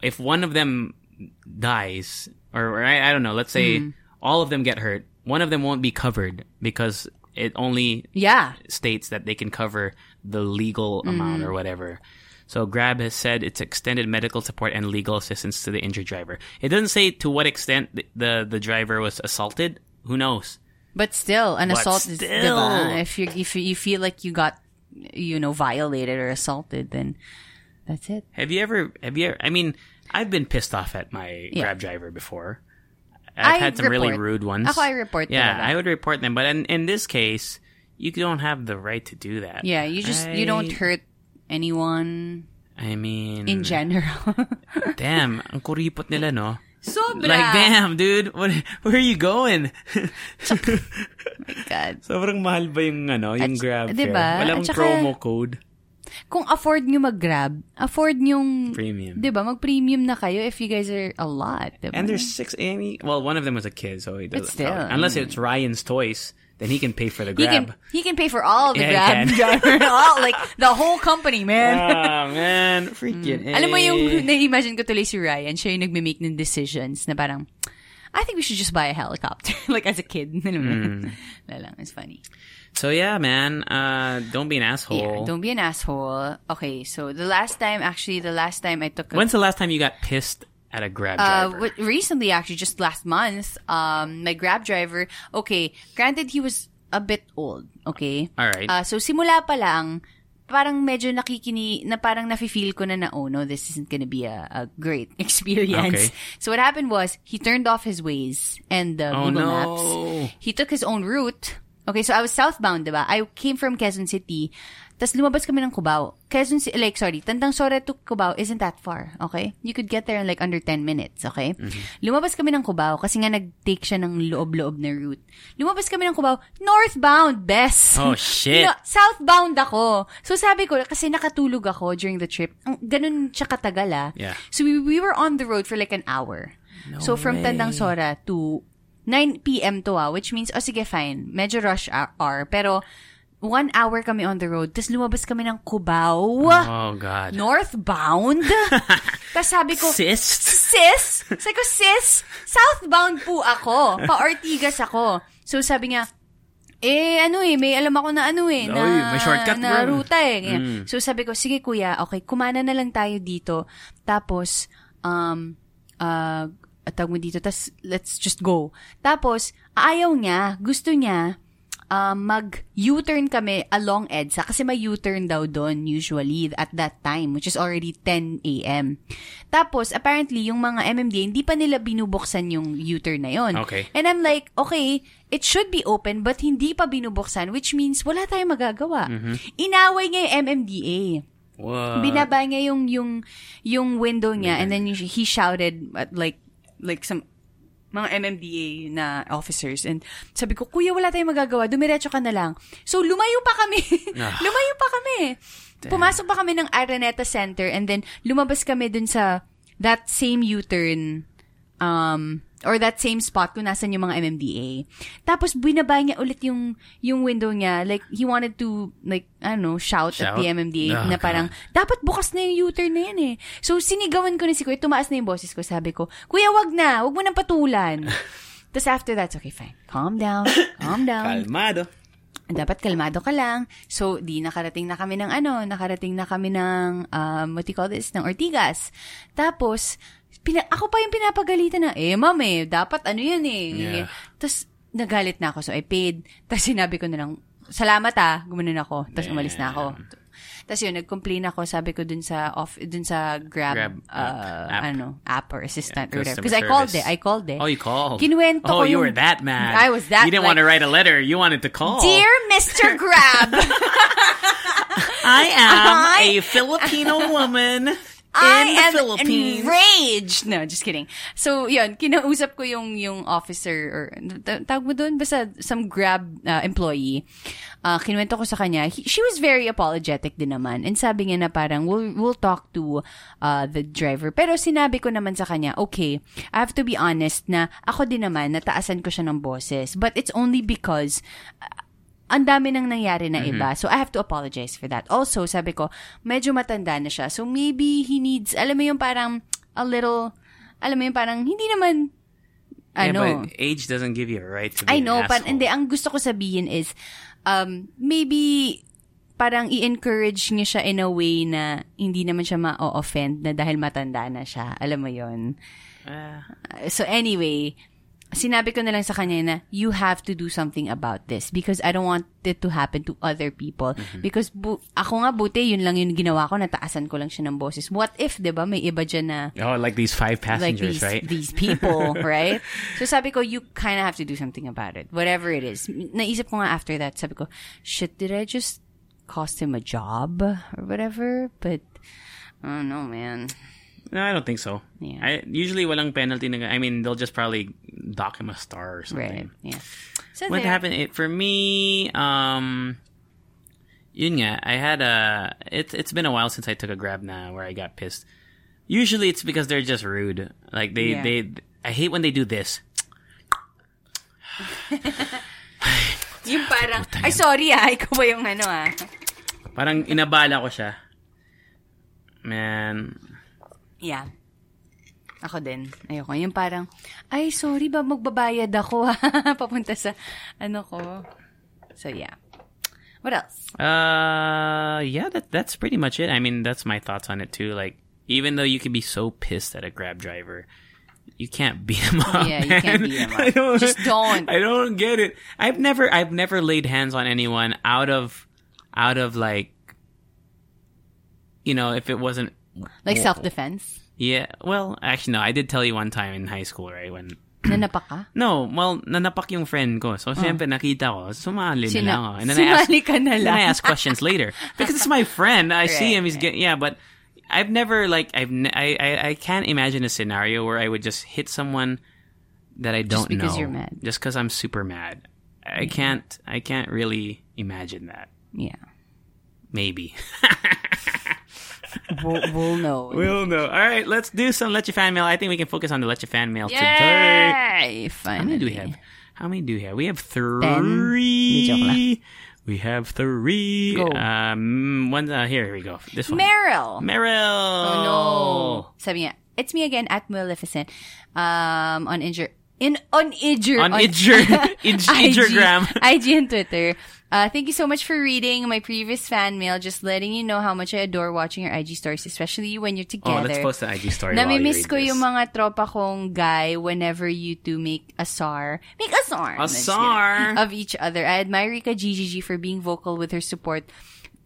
A: if one of them dies, or, or I, I don't know, let's say all of them get hurt, one of them won't be covered because it only
B: Yeah.
A: states that they can cover the
B: Mm-hmm.
A: legal amount or whatever. So Grab has said it's extended medical support and legal assistance to the injured driver. It doesn't say to what extent the the, the driver was assaulted. Who knows?
B: But still, an
A: But
B: assault is,
A: still.
B: diba? If you if you feel like you got, you know, violated or assaulted, then that's it.
A: Have you ever? Have you? Ever, I mean, I've been pissed off at my
B: Yeah.
A: Grab driver before. I've
B: I
A: had some really rude
B: report.
A: ones.
B: Ako, I report
A: Yeah,
B: talaga.
A: I would report them, but in, in this case, you don't have the right to do that.
B: Yeah, you just, you don't
A: right? Mm.
B: hurt anyone
A: I mean,
B: in general.
A: damn, ang kuripot nila, no?
B: Sobra!
A: Like, damn, dude, what, where are you going?
B: Oh God.
A: Sobrang mahal ba yung, ano, yung
B: At-
A: Grab fare?
B: diba?
A: Wala
B: At
A: akong
B: saka-
A: promo code.
B: Kung afford nyo mag-grab, afford nyong
A: Premium.
B: Diba? Mag-premium na kayo if you guys are a lot. Diba?
A: And there's six, any, well, one of them was a kid, so he doesn't
B: But still,
A: count. Unless it's Ryan's Toys, then he can pay for the
B: he
A: Grab.
B: can he can pay for all the
A: Yeah,
B: grab
A: he
B: driver, all like the whole company, man.
A: Ah, man, freaking A.
B: Mm. Alam mo yung na-imagine ko tuloy si Ryan, siya yung nagme-make ng decisions na parang I think we should just buy a helicopter like as a kid. Alam mo
A: Mm.
B: yun? Wala lang, it's funny.
A: So, yeah, man, uh, don't be an asshole.
B: Yeah, don't be an asshole. Okay, so the last time actually the last time I took a
A: When's the last time you got pissed at a Grab
B: Uh,
A: driver?
B: w- recently, actually, just last month, um, my Grab driver, okay, granted, he was a bit old, okay?
A: Alright.
B: Uh, so, simula pa lang, parang medyo nakikini, na parang nafe-feel ko na na, oh no, this isn't gonna be a, a great experience.
A: Okay.
B: So, what happened was, he turned off his ways and the
A: Oh,
B: Google
A: no.
B: Maps. He took his own route. Okay, so I was southbound, diba? I came from Quezon City. Tapos lumabas kami ng Cubao. Quezon City, like, sorry, Tandang Sora to Cubao isn't that far, okay? You could get there in like under 10 minutes, okay?
A: Mm-hmm.
B: Lumabas kami ng Cubao kasi nga nag-take siya ng loob-loob na route. Lumabas kami ng Cubao, northbound, best!
A: Oh, shit.
B: No, southbound ako. So sabi ko, kasi nakatulog ako during the trip. Ang, ganun siya katagal ah.
A: Yeah.
B: So we, we were on the road for like an hour. so from
A: way.
B: Tandang Sora to 9 p.m. to ah, which means, oh sige fine, medyo rush hour. Pero one hour kami on the road, tapos lumabas kami ng Cubao,
A: oh, God.
B: northbound. tapos sabi ko,
A: Sis?
B: sis, sabi ko, sis, southbound po ako. Pa-Ortigas ako. So sabi niya, eh, ano eh, may alam ako na ano eh, na,
A: Oy, may shortcut, Mm.
B: na
A: bro.
B: ruta eh. Ganyan. So sabi ko, sige kuya, okay, kumana na lang tayo dito. Tapos, um, uh, tawag mo dito, tas let's just go. Tapos, ayaw niya, gusto niya, uh, mag U-turn kami along EDSA kasi may U-turn daw doon usually at that time which is already 10 a.m. Tapos apparently yung mga MMDA hindi pa nila binubuksan yung U-turn na yon.
A: Okay.
B: And I'm like, okay, it should be open but hindi pa binubuksan which means wala tayong magagawa. Inaway niya yung MMDA.
A: What?
B: Binaba niya yung yung yung window niya and then he shouted at like like some mga MMDA na officers and sabi ko, Kuya, wala tayong magagawa. Dumiretso ka na lang. So, lumayo pa kami.
A: Ah.
B: lumayo pa kami. Pumasok pa kami ng Araneta Center and then lumabas kami dun sa that same U-turn um, or that same spot kung nasan yung mga MMDA. Tapos, binaba niya ulit yung, yung window niya. Like, he wanted to, like, I don't know, shout,
A: Shout?
B: at the MMDA
A: Ah,
B: na parang, dapat bukas na yung U-turn na yan eh. So, sinigawan ko na si Kuya. Tumaas na yung boses ko. Sabi ko, Kuya, wag na. Wag mo nang patulan. Tapos after that, okay, fine. Calm down. Calm down.
A: Calmado.
B: Dapat kalmado ka lang. So, di nakarating na kami ng ano, nakarating na kami ng, um, what do you call this, ng Ortigas. Tapos, pina- ako pa yung pinapagalitan na, eh, ma'am eh, dapat ano yun eh.
A: Yeah.
B: Tapos, nagalit na ako. So, I paid. Tapos, sinabi ko na lang, salamat ah, gumanon ako. Tapos, umalis na ako. Tapos yun, nag-complain ako, sabi ko dun sa off, dun sa Grab,
A: Grab
B: uh,
A: app.
B: ano, app or assistant or
A: Yeah, customer
B: whatever. Because I called
A: service.
B: it. I called it.
A: Oh, you called.
B: Kinuwento
A: oh,
B: ko
A: you
B: yung-
A: were that mad.
B: I was that,
A: You didn't
B: like-
A: want to write a letter. You wanted to call.
B: Dear Mr. Grab,
A: I am
B: I-
A: a Filipino woman
B: I
A: the
B: am
A: Philippines.
B: enraged. No, just kidding. So, yun, kinausap ko yung yung officer or ta- tawag mo doon basta some Grab uh, employee. Uh, kinuwento ko sa kanya, he- she was very apologetic din naman. And sabi niya na parang we'll we'll talk to uh, the driver. Pero sinabi ko naman sa kanya, okay, I have to be honest na ako din naman nataasan ko siya ng boses. But it's only because ang dami nang nangyari na iba. So, I have to apologize for that. Also, sabi ko, medyo matanda na siya. So, maybe he needs, alam mo yung parang, a little, alam mo yung parang, hindi naman,
A: Yeah,
B: ano.
A: but age doesn't give you a right to be
B: I
A: an
B: know, but
A: asshole.
B: hindi, ang gusto ko sabihin is, um, maybe, parang i-encourage niya siya in a way na hindi naman siya ma-offend na dahil matanda na siya. Alam mo yon
A: Ah.
B: So anyway, sinabi ko na lang sa kanya na, you have to do something about this because I don't want it to happen to other people.
A: Mm-hmm.
B: Because bu- ako nga buti, yun lang yung ginawa ko, nataasan ko lang siya ng boses. What if, di ba, may iba dyan na
A: Oh, like these five
B: like
A: passengers,
B: these,
A: right?
B: these people, right? So sabi ko, you kind of have to do something about it. Whatever it is. Naisip ko nga after that, sabi ko, shit, did I just cost him a job or whatever? But, I don't know, man.
A: No, I don't think so.
B: Yeah.
A: I, usually, walang penalty. Na, I mean, they'll just probably dock him a star or something.
B: Right, yeah. So
A: What
B: there.
A: happened it, for me? Um, yun nga, I had a. It's it's been a while since I took a grab now where I got pissed. Usually, it's because they're just rude. Like they
B: Yeah.
A: they. I hate when they do this.
B: Yung parang, ay sorry ah, ikaw ba yung ano ah.
A: Parang inabala ko siya. Man,
B: Yeah. Ako din. Ayoko. Yung parang, ay sorry ba magbabayad ako ah. Papunta sa, ano ko. So yeah. What else?
A: Uh, yeah, that that's pretty much it. I mean, that's my thoughts on it too. Like, even though you can be so pissed at a grab driver, you can't beat him up.
B: Yeah, you can't
A: man.
B: beat him up.
A: I
B: Just don't.
A: I don't get it. I've never, I've never laid hands on anyone out of, out of like, you know, if it wasn't.
B: Like self-defense?
A: Yeah, well, actually, no. I did tell you one time in high school, right? When
B: Nanapa ka?
A: no, well, nanapak yung friend ko. So, siyempre, nakita ko. Sumali na lang ako.
B: Oh. Sina-
A: And then I asked,
B: sumali ka na
A: and
B: lang.
A: then I ask questions later because it's my friend. I see
B: Right,
A: him. He's get yeah, but I've never like I've ne- I, I I can't imagine a scenario where I would just hit someone that I don't
B: because
A: know
B: you're mad.
A: just because I'm super mad. I can't I can't really imagine that.
B: yeah.
A: Maybe
B: We'll, we'll know.
A: we'll know. All right, let's do some let your fan mail. I think we can focus on the let your fan mail today.
B: Yay!
A: How
B: Finally.
A: many do we have? How many do we have? We have
B: Medyo wala.
A: three. We have three.
B: Go.
A: Um, one uh, here. Here we go. This one.
B: Meryl!
A: Meryl.
B: Oh no. Sabi niya, it's me again at Maleficent um, on Injure. In, on Idger.
A: On Idger. Id- Idgergram.
B: IG, and Twitter. Uh, thank you so much for reading my previous fan mail. Just letting you know how much I adore watching your IG stories, especially when you're
A: Oh,
B: together.
A: let's post the IG story. while you
B: Namimiss
A: read
B: ko
A: this.
B: yung mga tropa kong guy whenever you two make a SAR. Make a SAR! No, just kidding.
A: SAR.
B: Of each other. I admire Rika GGG for being vocal with her support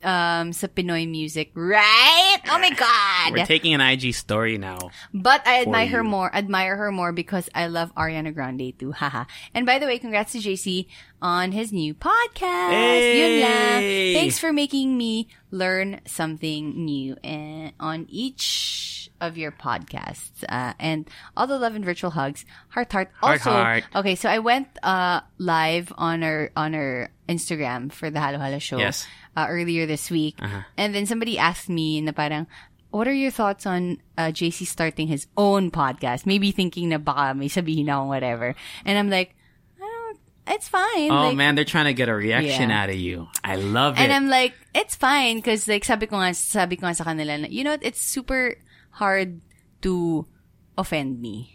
B: um, sa Pinoy music. Right? Oh my God!
A: We're taking an IG story now.
B: But I admire
A: you.
B: her more, admire her more because I love Ariana Grande too. Haha. And by the way, congrats to JC on his new podcast. Yun lang.
A: Hey!
B: Thanks for making me learn something new and on each of your podcasts. Uh, and all the love and virtual hugs. Heart heart.
A: Heart,
B: Also,
A: heart.
B: okay, so I went uh live on her on her Instagram for the Halo Halo show
A: Yes. Uh-huh.
B: uh, earlier this week. And then somebody asked me na parang, what are your thoughts on uh, JC starting his own podcast? Maybe thinking na baka may sabihin akong whatever. And I'm like, I don't, it's fine.
A: Oh
B: like,
A: man, they're trying to get a reaction
B: Yeah.
A: out of you. I love
B: And
A: it.
B: I'm like, it's fine. Cause like, sabi ko nga, sabi ko nga sa kanila, na, you know, it's super hard to offend me.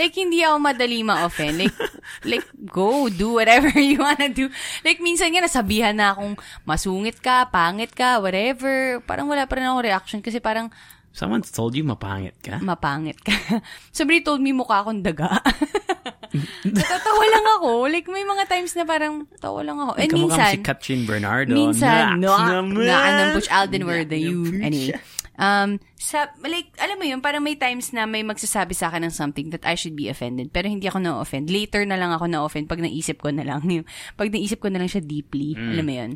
B: like, hindi ako madali ma-offend. Like, like, go, do whatever you wanna do. Like, minsan nga, nasabihan na akong masungit ka, pangit ka, whatever. Parang wala pa rin ako reaction kasi parang
A: Someone told you mapangit ka.
B: mapangit ka. Somebody told me mukha akong daga. Natatawa lang ako. Like, may mga times na parang, tawa lang ako. And
A: Kamukha mo
B: minsan,
A: si Captain Bernardo.
B: Minsan, no,
A: Nuts
B: na,
A: naman.
B: ng Butch Alden were the
A: Nuts
B: you.
A: naman
B: Anyway.
A: siya.
B: Um, sa, like, alam mo yun, parang may times na may magsasabi sa akin ng something that I should be offended. Pero hindi ako na-offend. Later na lang ako na-offend pag naisip
A: Mm.
B: ko na lang. Yung, pag naisip ko na lang siya deeply. Alam mo yun.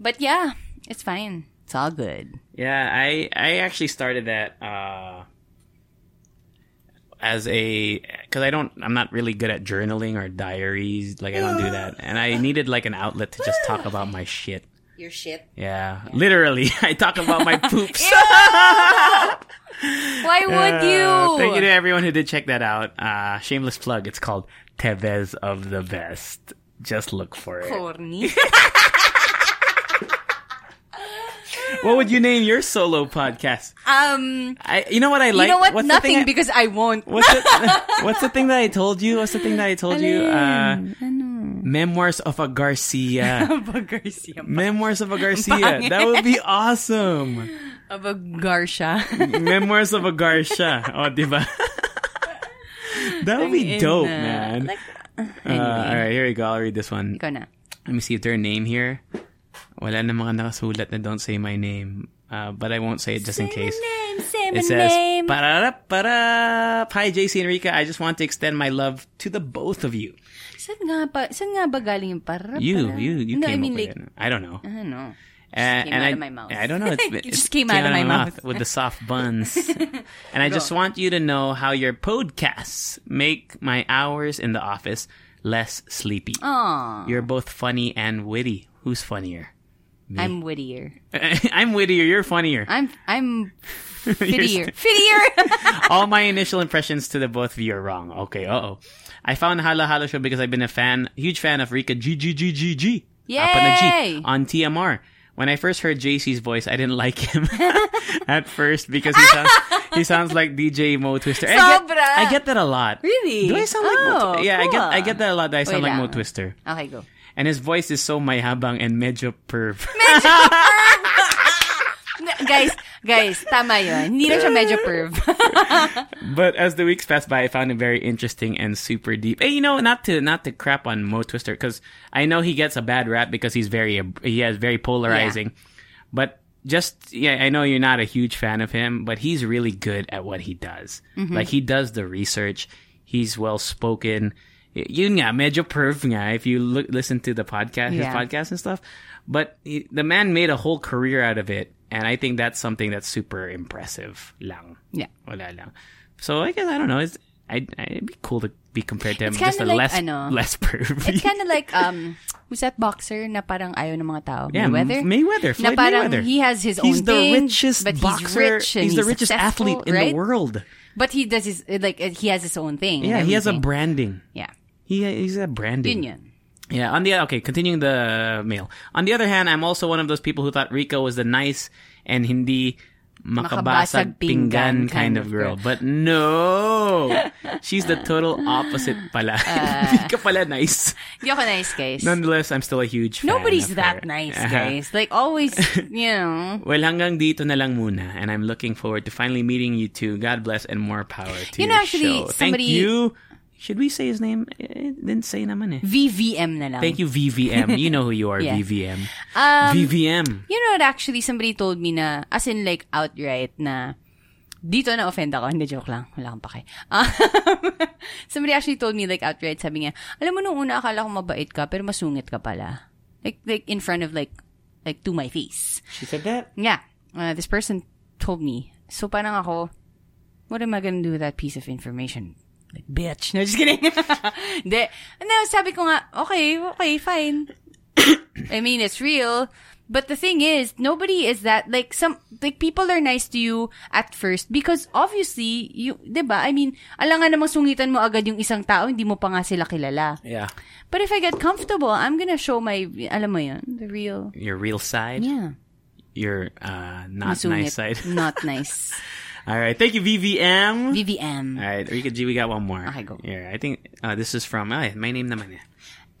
B: But yeah, it's fine. It's all good.
A: Yeah, I I actually started that uh, as a because I don't I'm not really good at journaling or diaries like I don't do that and I needed like an outlet to just talk about my shit.
C: Your shit.
A: Yeah, literally I talk about my poops.
B: Why would
A: Uh,
B: you?
A: Thank you to everyone who did check that out. Uh, shameless plug. It's called Tevez of the Best. Just look for it.
C: Corny.
A: What would you name your solo podcast?
C: um,
A: I, you know what I like.
C: you know what?
A: What's the
C: Nothing
A: thing I-
C: because I won't.
A: What's the, what's the thing that I told you? What's the thing that I told you? Uh, Memoirs of a Garcia.
C: Garcia.
A: Memoirs of a Garcia. That would be awesome.
C: Of a Garcia.
A: Memoirs of a Garcia. Oh, diba? That would be dope, man. Uh, all right, here we go. I'll read this one.
B: Ikaw na.
A: Let me see if their name here. Wala na mga nakasulat na don't say my name. Uh, but I won't say it just in case. It says, pararap, parap. Hi, JC and Rika. I just want to extend my love to the both of you.
B: Saan nga ba, saan nga ba galing yung para?
A: You,
B: para?
A: you, you
B: um, no,
A: came
B: I mean,
A: up
B: like, ano?
A: with it. I don't know. Uh,
B: I don't know.
A: And,
B: came
A: and
B: out
A: I,
B: of my mouth.
A: I don't know. It's,
B: It just came out of my mouth.
A: with the soft buns. and I just want you to know how your podcasts make my hours in the office less sleepy.
B: Aw,
A: You're both funny and witty. Who's funnier?
B: I'm wittier.
A: I'm wittier. You're funnier.
B: I'm, I'm
A: You're
B: fittier. Fittier!
A: All my initial impressions to the both of you are wrong. Okay, uh oh. I found Hala Hala Show because I've been a fan, huge fan of Rika GGGGG. Apa na
B: Yay!
A: G on TMR. When I first heard JC's voice, I didn't like him at first because he sounds, he sounds like DJ Mo Twister. I get,
B: Sobra!
A: I get that a lot.
B: Really?
A: Do I sound like Mo
B: Oh,
A: Twister? Yeah, I get
B: cool.
A: I get that a lot that I sound
B: Wait
A: like Mo
B: lang.
A: Twister.
B: Okay, go.
A: And his voice is so mayhabang and medyo perv.
B: Nga- guys, guys, tama yun. Hindi na siya medyo perv.
A: But as the weeks passed by, I found him very interesting and super deep. And you know, not to not to crap on Mo Twister because I know he gets a bad rap because he's very he has very polarizing. But just yeah, I know you're not a huge fan of him, but he's really good at what he does.
B: Mm-hmm.
A: Like he does the research. He's well spoken. Yun nga, medyo perv nga if you look, listen to the podcast, his
B: Yeah.
A: podcast and stuff. But he, the man made a whole career out of it, and I think that's something that's super impressive. Lang.
B: Yeah.
A: Wala lang. So I guess I don't know. It's I it'd be cool to be compared to him.
B: It's
A: Just a
B: kinda like,
A: less
B: ano,
A: less pervy.
B: It's kind of like, um, who's that boxer na parang ayaw ng mga tao?
A: yeah,
B: Mayweather?
A: Mayweather.
B: Na
A: Floyd
B: parang
A: Mayweather.
B: he has his
A: he's
B: own
A: the
B: thing,
A: richest
B: but he's
A: boxer.
B: rich and
A: he's the
B: he's
A: richest
B: successful,
A: athlete in
B: right?
A: the world.
B: But he does his, like, uh, he has his own thing.
A: Yeah,
B: and
A: he has a
B: everything.
A: branding.
B: Yeah.
A: He he's a branding.
B: Yun yun.
A: Yeah, on the okay, continuing the mail. On the other hand, I'm also one of those people who thought Rico was the nice and hindi makabasag
B: Makabasag
A: pinggan
B: pinggan
A: kind of girl. But no! She's the total opposite pala.
B: Uh,
A: Hindi ka pala nice.
B: Hindi ako nice, guys.
A: Nonetheless, I'm still a huge fan.
B: Nobody's
A: of
B: that
A: her.
B: nice,
A: Uh-huh.
B: guys. Like, always, you know.
A: Well, hanggang dito na lang muna. And I'm looking forward to finally meeting you two. God bless and more power to
B: You
A: your
B: know, actually,
A: show.
B: somebody-
A: Thank you. Should we say his name? Eh, didn't say naman eh.
B: VVM na lang.
A: Thank you, VVM. You know who you are,
B: Yeah.
A: VVM.
B: Um,
A: VVM.
B: You know what, actually, somebody told me na, as in like, outright na, dito na offend ako. Hindi, joke lang. Wala akong pake. Um, somebody actually told me like outright, sabi niya, alam mo nung una akala ko mabait ka, pero masungit ka pala. Like, like in front of like, like to my face.
A: She said that?
B: Yeah. Uh, this person told me. So parang ako, what am I gonna do with that piece of information? Like, bitch. No, just kidding. Hindi. Ano, sabi ko nga, okay, okay, fine. I mean, it's real. But the thing is, nobody is that, like, some, like, people are nice to you at first because obviously, you, 'di ba I mean, alam nga namang sungitan mo agad yung isang tao, hindi mo pa nga sila kilala.
A: Yeah.
B: But if I get comfortable, I'm gonna show my, alam mo yun, the real,
A: Your real side,
B: yeah.
A: your uh, not
B: Masungit.
A: nice side.
B: Not nice.
A: All right. Thank you, VVM. All
B: VVM.
A: right, Rika G, we got one more.
B: Okay, go.
A: Yeah, I think uh, this is from ah, my name naman eh.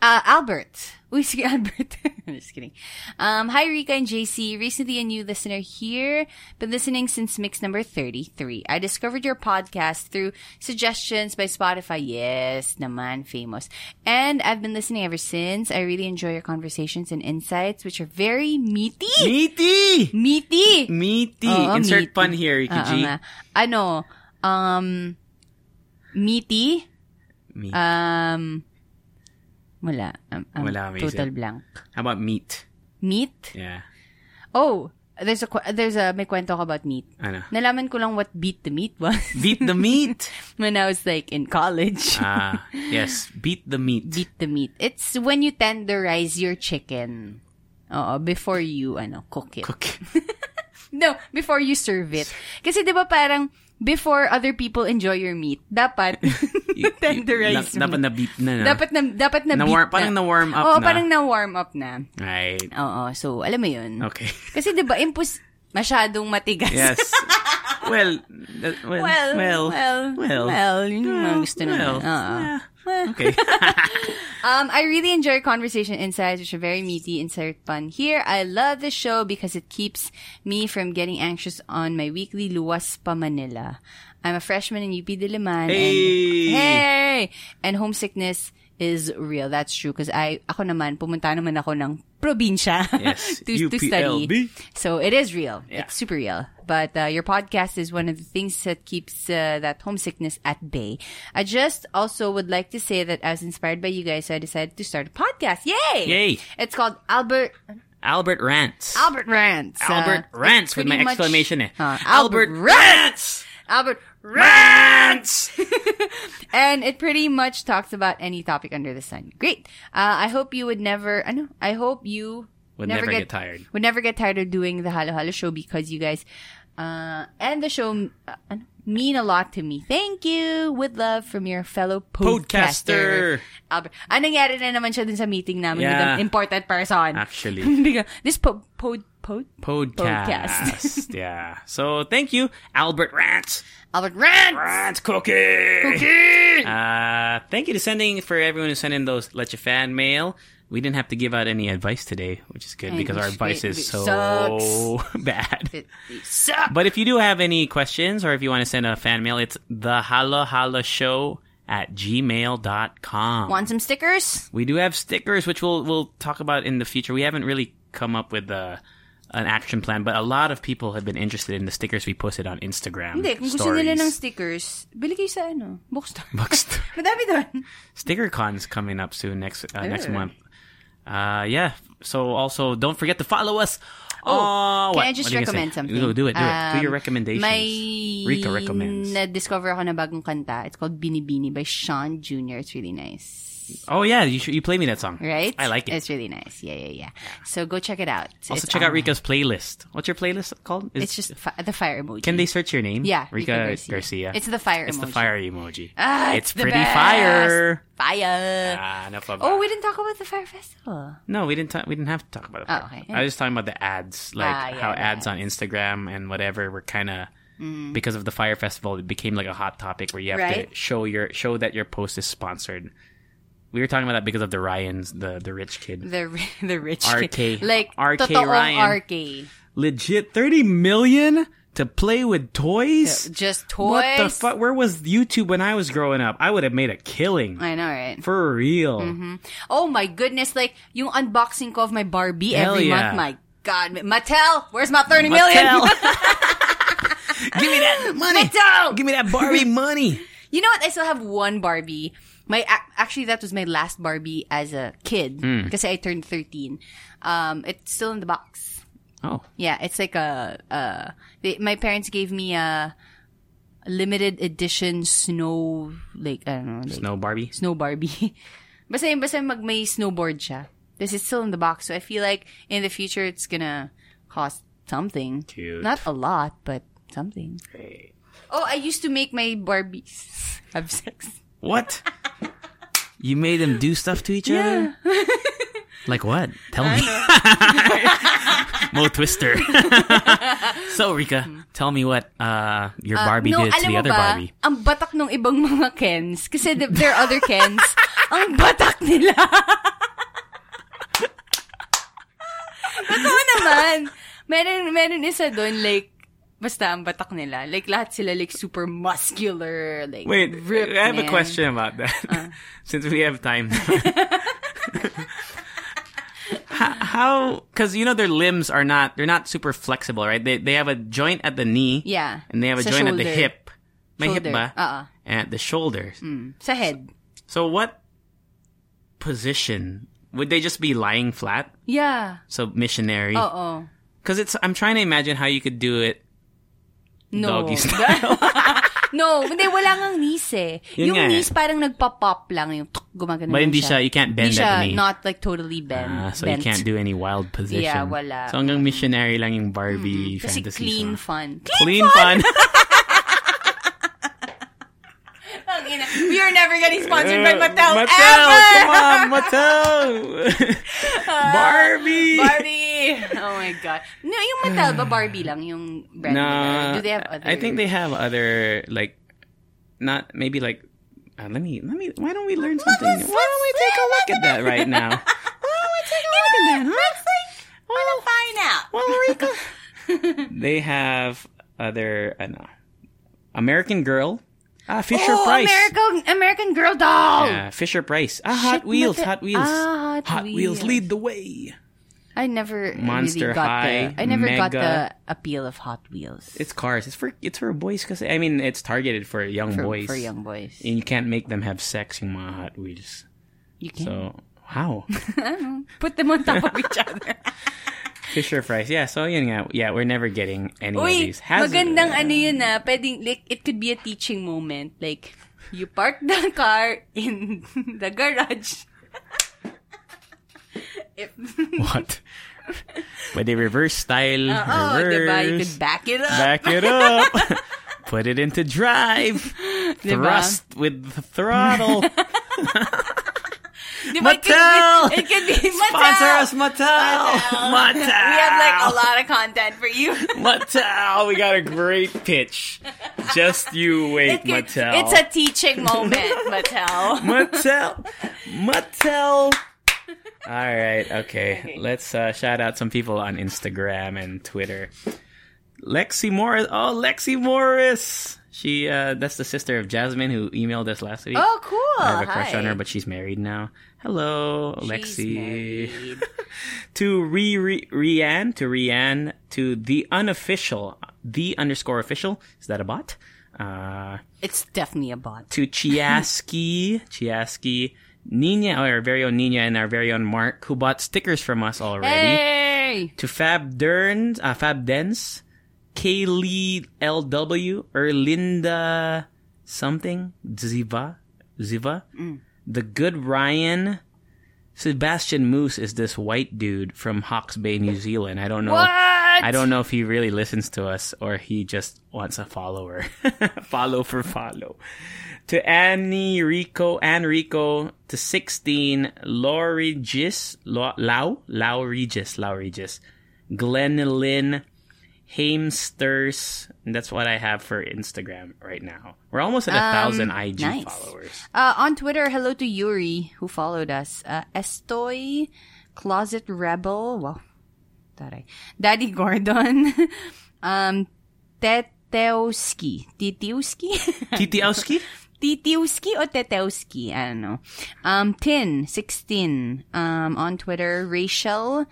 B: Uh, Albert. Uy, sige, Albert. I'm just kidding. Um, hi, Rika and JC. Recently a new listener here. Been listening since mix number 33. I discovered your podcast through suggestions by Spotify. Yes, naman, famous. And I've been listening ever since. I really enjoy your conversations and insights, which are very meaty.
A: Meaty!
B: Meaty! Uh-uh,
A: Meaty!
B: Oo,
A: Insert
B: Oh, meaty.
A: pun here, Rika
B: Oo
A: G.
B: nga. Ano, um, meaty,
A: Meat.
B: um, wala. Um, um,
A: Wala, may
B: Total blank.
A: How about meat?
B: Meat?
A: Yeah.
B: Oh, there's a qu- there's a may kwento ako about meat.
A: Ano?
B: Nalaman ko lang what beat the meat was
A: Beat the meat.
B: when I was like in college.
A: ah, yes. Beat the meat.
B: Beat the meat. It's when you tenderize your chicken. Oo, before you ano, cook it.
A: Cook.
B: No, before you serve it. Kasi 'di ba parang before other people enjoy your meat, dapat
A: You- you-
B: tenderize
A: na- Dapat
B: mo.
A: na beat na. No?
B: dapat na dapat na,
A: Na
B: beat
A: warm- parang na-warm up
B: Oo,
A: na.
B: parang na warm up na.
A: Right.
B: Oo, so alam mo 'yun.
A: Okay.
B: Kasi 'di ba impus masyadong matigas.
A: Yes. well, that- well, well, Ah, Uh,
B: well, well, well, yun yung mga gusto naman. Uh-uh.
A: well,
B: Oo.
A: yeah. Okay.
B: Um, I really enjoy conversation insights, which are very meaty, insert fun here. I love this show because it keeps me from getting anxious on my weekly Luwas pa Manila. I'm a freshman in UP Diliman.
A: Hey!
B: And, hey! And homesickness is real. That's true. Because I, ako naman, pumunta naman ako ng probinsya
A: Yes,
B: to, to
A: UPLB.
B: study. So it is real.
A: Yeah.
B: It's super real. But uh, your podcast is one of the things that keeps uh, that homesickness at bay. I just also would like to say that I was inspired by you guys, so I decided to start a podcast. Yay!
A: Yay!
B: It's called Albert
A: Albert Rants.
B: Albert Rants. Uh,
A: Albert Rants with my
B: pretty much-
A: exclamation eh.
B: Uh, Albert
A: Rants!
B: Albert
A: Rants!
B: and it pretty much talks about any topic under the sun. Great. Uh, I hope you would never. I know. I hope you
A: Would never get tired.
B: Would never get tired of doing the Halo Halo show because you guys, uh, and the show uh, ano, mean a lot to me. Thank you. With love from your fellow podcaster.
A: Podcaster.
B: Albert. Ah, nangyari na naman siya dun sa meeting namin
A: Yeah.
B: with an important person.
A: Actually.
B: Bigla, this po- pod, pod,
A: Podcast. yeah. So thank you, Albert Rants.
B: Albert Rant!
A: Rants cookie. Uh, thank you to sending for everyone who sent in those Let Your Fan mail. We didn't have to give out any advice today, which is good
B: And
A: because our
B: it-
A: advice is
B: it- it
A: so bad.
B: It, it sucks.
A: But if you do have any questions or if you want to send a fan mail, it's the Hala Hala Show at gmail.com.
B: Want some stickers?
A: We do have stickers, which we'll we'll talk about in the future. We haven't really come up with a, an action plan, but a lot of people have been interested in the stickers we posted on Instagram.
B: Hindi, kung gusto
A: stories.
B: nila ng stickers, bili kayo sa ano, bookstore.
A: Bookstore.
B: Madami doon.
A: Sticker Con's coming up soon next uh, next month. Uh, yeah. So also don't forget to follow us. Oh,
B: Can I just recommend something?
A: Do, do it, do it. do
B: Um,
A: your recommendations.
B: May
A: Rika recommends.
B: na-discover ako na bagong kanta. It's called Binibini by Sean Jr. It's really nice.
A: oh yeah, you should, you play me that song.
B: Right?
A: I like it.
B: It's really nice. Yeah, yeah, yeah. So go check it out.
A: also
B: It's
A: check out
B: on-
A: Rika's playlist. What's your playlist called? Is-
B: It's just fi- the fire emoji.
A: Can they search your name?
B: Yeah,
A: Rika,
B: Rika
A: Garcia.
B: Garcia. It's the fire
A: It's the
B: emoji.
A: fire emoji.
B: Ah,
A: it's,
B: it's the
A: pretty
B: best.
A: fire.
B: Fire!
A: Ah, enough of that.
B: oh, we didn't talk about the Fire Festival.
A: No, we didn't. Ta- we didn't have to talk about it.
B: Oh, okay.
A: I was just talking about the ads, like
B: Ah, yeah,
A: how
B: the
A: ads on Instagram and whatever were kind of because of the fire festival, it became like a hot topic where you have to
B: Right.
A: show your show that your post is sponsored. We were talking about that because of the Ryan's, the the rich kid,
B: The ri- the rich
A: RK.
B: kid. Like,
A: RK
B: totoong
A: Ryan.
B: RK.
A: legit thirty million to play with toys.
B: Just toys.
A: What the fuck? Where was YouTube when I was growing up? I would have made a killing
B: I know, right?
A: for real.
B: Oh my goodness, like yung unboxing ko of my Barbie
A: Hell
B: every
A: yeah.
B: month. My God, Mattel, where's my 30 million?
A: Mattel. Give me that money.
B: Mattel!
A: Give me that Barbie money.
B: You know what? I still have one Barbie. My ac- actually that was my last Barbie as a kid
A: Hmm.
B: because I turned 13. Um it's still in the box.
A: Oh,
B: Yeah, it's like a uh they, my parents gave me a limited edition snow like I don't know, like,
A: Snow Barbie.
B: snow Barbie. basta yun, basta mag may snowboard siya. This is still in the box, so I feel like in the future it's gonna cost something.
A: Cute.
B: Not a lot, but something. Oh, I used to make my Barbies have sex.
A: What? you made them do stuff to each other? like what? Tell me. Mo Twister. so Rika, tell me what uh, your Barbie
B: no,
A: did to
B: alam
A: the
B: mo
A: other
B: ba,
A: Barbie.
B: ang batak ng ibang mga Kens, kasi th- there are other Kens, ang batak nila. Totoo naman. Meron, meron isa doon, like, basta ang batak nila. Like, lahat sila, like, super muscular, like, ripped, man.
A: about that. Since we have time. How? Because you know their limbs are not they're not super flexible, right? They they have a joint at the knee,
B: Yeah.
A: and they have a
B: Sa
A: joint at the
B: shoulder.
A: hip, my hip,
B: Shoulder. Uh,
A: ba?
B: Oo.
A: and at the shoulder.
B: Sa head.
A: So what position would they just be lying flat?
B: Yeah. Oh.
A: So missionary.
B: Oo.
A: Because it's I'm trying to imagine how you could do it
B: No.
A: doggy style.
B: no, hindi, wala ngang knees eh.
A: Yun
B: yung
A: nga eh.
B: knees parang nagpa-pop lang yung tuk, gumagano
A: But
B: lang
A: hindi siya, you can't bend at
B: Hindi siya
A: the knee.
B: not like totally bend.
A: Ah, so you
B: bent.
A: can't do any wild position.
B: Yeah, wala.
A: So hanggang missionary lang yung Barbie
B: Kasi
A: fantasy.
B: clean
A: song.
B: fun.
A: Clean fun.
B: Ang ina. We are never getting sponsored by Mattel,
A: Eh, Mattel,
B: ever! Ah.
A: come on, Mattel. Barbie.
B: Barbie! Oh my God. No, yung Mattel ba Barbie lang yung brand nila?
A: No,
B: Do they have other?
A: I think they have other like, not maybe like. Uh, let me let me. Why don't we learn something? Why don't we take a look at that oh, right now?
B: Oh, You know, let's like, wanna find out.
A: They have other ano, American Girl, ah Fisher
B: oh,
A: Price,
B: American, American Girl doll!
A: yeah, Fisher Price, ah Hot
B: Shit,
A: Wheels,
B: Mattel-
A: Hot Wheels,
B: Ah, Hot
A: Wheels.
B: Wheels.
A: lead the way.
B: I never
A: Monster
B: really got
A: High,
B: the, I never got
A: Mega.
B: the appeal of Hot Wheels
A: It's cars. It's for it's for boys because I mean it's targeted for young
B: for,
A: boys.
B: for young boys.
A: And you can't make them have sex in mga Hot Wheels.
B: You can
A: So how?
B: put them on top of each other.
A: Fisher Price. Yeah, so yun nga. Yeah, we're never getting any of
B: Uy,
A: these. Has-
B: magandang ano yun na, pwedeng, like, it could be a teaching moment. Like, you park the car in the garage. If,
A: What? Pwede reverse style.
B: oh,
A: reverse.
B: diba? You could back it up.
A: Back it up. Put it into drive.
B: Diba?
A: Thrust with the throttle.
B: Diba,
A: Mattel!
B: It could be, it could be
A: Sponsor
B: Mattel!
A: us, Mattel. Mattel.
B: We have, like, a lot of content for you.
A: Mattel, we got a great pitch. Just you wait,
B: It could-
A: Mattel.
B: It's a teaching moment, Mattel.
A: Mattel. Mattel. All right, okay. Let's uh, shout out some people on Instagram and Twitter. Lexi Morris. Oh, Lexi Morris. She uh, that's the sister of Jasmine who emailed us last week.
B: Oh, cool.
A: I have a crush
B: Hi.
A: on her, but she's married now. Hello,
B: She's
A: Lexi.
B: married.
A: to re re Rianne, to Rianne, to the unofficial, the underscore official. Is that a bot? Uh,
B: It's definitely a bot.
A: to Chiaski, Chiaski, Nina, our very own Nina, and our very own Mark, who bought stickers from us already.
B: Hey!
A: To Fab Derns, uh, Fab Dens, E Kaylee LW, Erlinda something, Ziva, Ziva, The Good Ryan. Sebastian Moose is this white dude from Hawke's Bay, New Zealand. I don't know. I don't know if he really listens to us or he just wants a follower. follow for follow. To Annie Rico, Ann Rico, to 16, Laurie Gis, Lau, Lau, Lau Regis, Lau Regis, Glenn Lynn, Hamsters. And that's what I have for Instagram right now. We're almost at a thousand IG
B: nice.
A: followers.
B: Uh, on Twitter, hello to Yuri who followed us. Uh, Estoy, Closet Rebel, wow, taray. Daddy Gordon, um, Teteuski, Titiuski,
A: Titiowski?
B: Titiuski o Teteuski, I don't know. Um, Tin, sixteen, um, on Twitter, Rachel.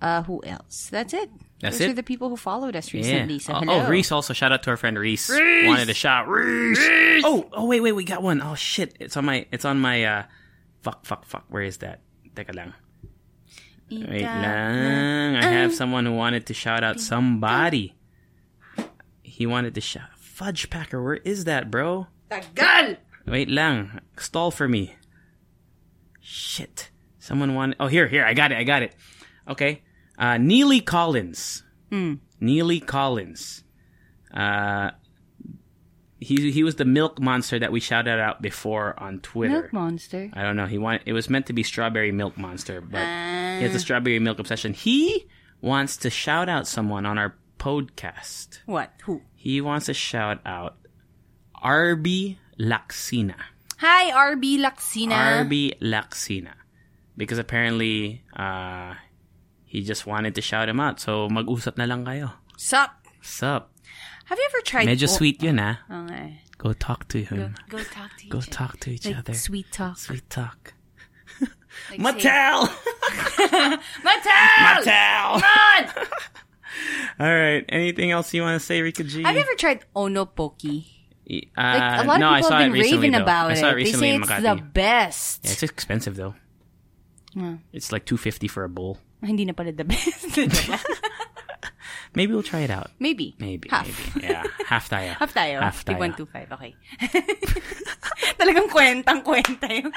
B: Uh, who else? That's it.
A: That's
B: Those
A: it.
B: are the people who followed us
A: Yeah.
B: recently. So
A: oh,
B: hello.
A: oh, Reese also. Shout out to our friend Reese. Wanted a shot. Reese. Oh, oh, wait, wait, we got one. Oh shit, it's on my, it's on my. uh Fuck, fuck, fuck. Where is that? Teka lang. Wait lang. I have someone who wanted to shout out somebody. He wanted to shout. Fudge Packer, where is that, bro?
B: Tagal!
A: Wait lang. Stall for me. Shit. Someone wanted. Oh, here, here. I got it. I got it. Okay. Uh, Neely Collins. Neely Collins. Uh, he he was the milk monster that we shouted out before on Twitter.
B: Milk Monster.
A: I don't know. He wanted. It was meant to be strawberry milk monster, but he
B: Uh.
A: has a strawberry milk obsession. He wants to shout out someone on our podcast.
B: What? Who?
A: He wants to shout out Arby Laxina.
B: Hi, RB Laxina.
A: Arby Laxina. Because apparently, uh, he just wanted to shout him out. So, mag-usap na lang kayo.
B: Sup?
A: Sup?
B: Have you ever tried?
A: Medyo
B: Oh,
A: sweet yun, ah.
B: okay.
A: Go talk to him.
B: Go talk to each
A: Go
B: other.
A: talk to each
B: Like,
A: other. Sweet,
B: Sweet talk.
A: talk.
B: Like, say,
A: Mattel!
B: Mattel!
A: Mattel!
B: Mattel!
A: All right. Anything else you want to say, Rika G?
B: Have you ever tried Onopoki?
A: Y-
B: Like,
A: uh,
B: a lot
A: no,
B: of people
A: I saw
B: have
A: it
B: been
A: recently,
B: raving
A: though.
B: about
A: I saw it
B: They
A: recently
B: say
A: in
B: it's
A: Makati.
B: the best.
A: Yeah, it's expensive, though. It's like 250 for a bowl.
B: Hindi na pala the best.
A: Maybe we'll try it out.
B: Maybe.
A: Maybe.
B: Half.
A: Maybe. Yeah. Half tayo.
B: Half tayo.
A: Half tayo.
B: 125, okay. Talagang kwentang-kwenta yun.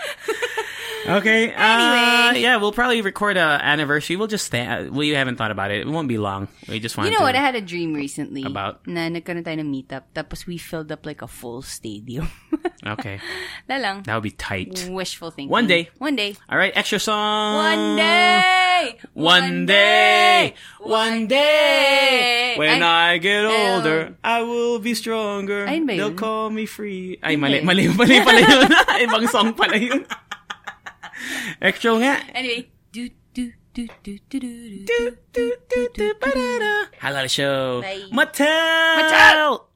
A: Okay. Uh, yeah, we'll probably record a anniversary. We'll just stand. Uh, we haven't thought about it. It won't be long. We just want.
B: You know
A: to,
B: what? I had a dream recently.
A: About?
B: Na nagkaroon tayo ng meetup. Tapos we filled up like a full stadium.
A: Okay.
B: Na lang.
A: That would be tight.
B: Wishful thinking.
A: Ah. One day.
B: One day.
A: All right. Extra song.
B: One day.
A: One day. One day.
B: day.
A: When I, get
B: Ay,
A: older, I will be stronger.
B: Ayun ba
A: They'll
B: yun?
A: call me free. Ay,
B: Yun ba
A: mali. Mali,
B: yun?
A: mali pala yun. Ibang song pala yun. Extra nga.
B: Anyway. Do, do, do, do, do, do, do.
A: Do, do, do, do, ba-da-da. Halal show.
B: Bye.
A: Mattel!
B: Mattel!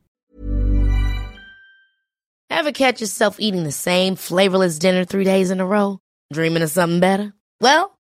D: Ever catch yourself eating the same flavorless dinner three days in a row? Dreaming of something better? Well,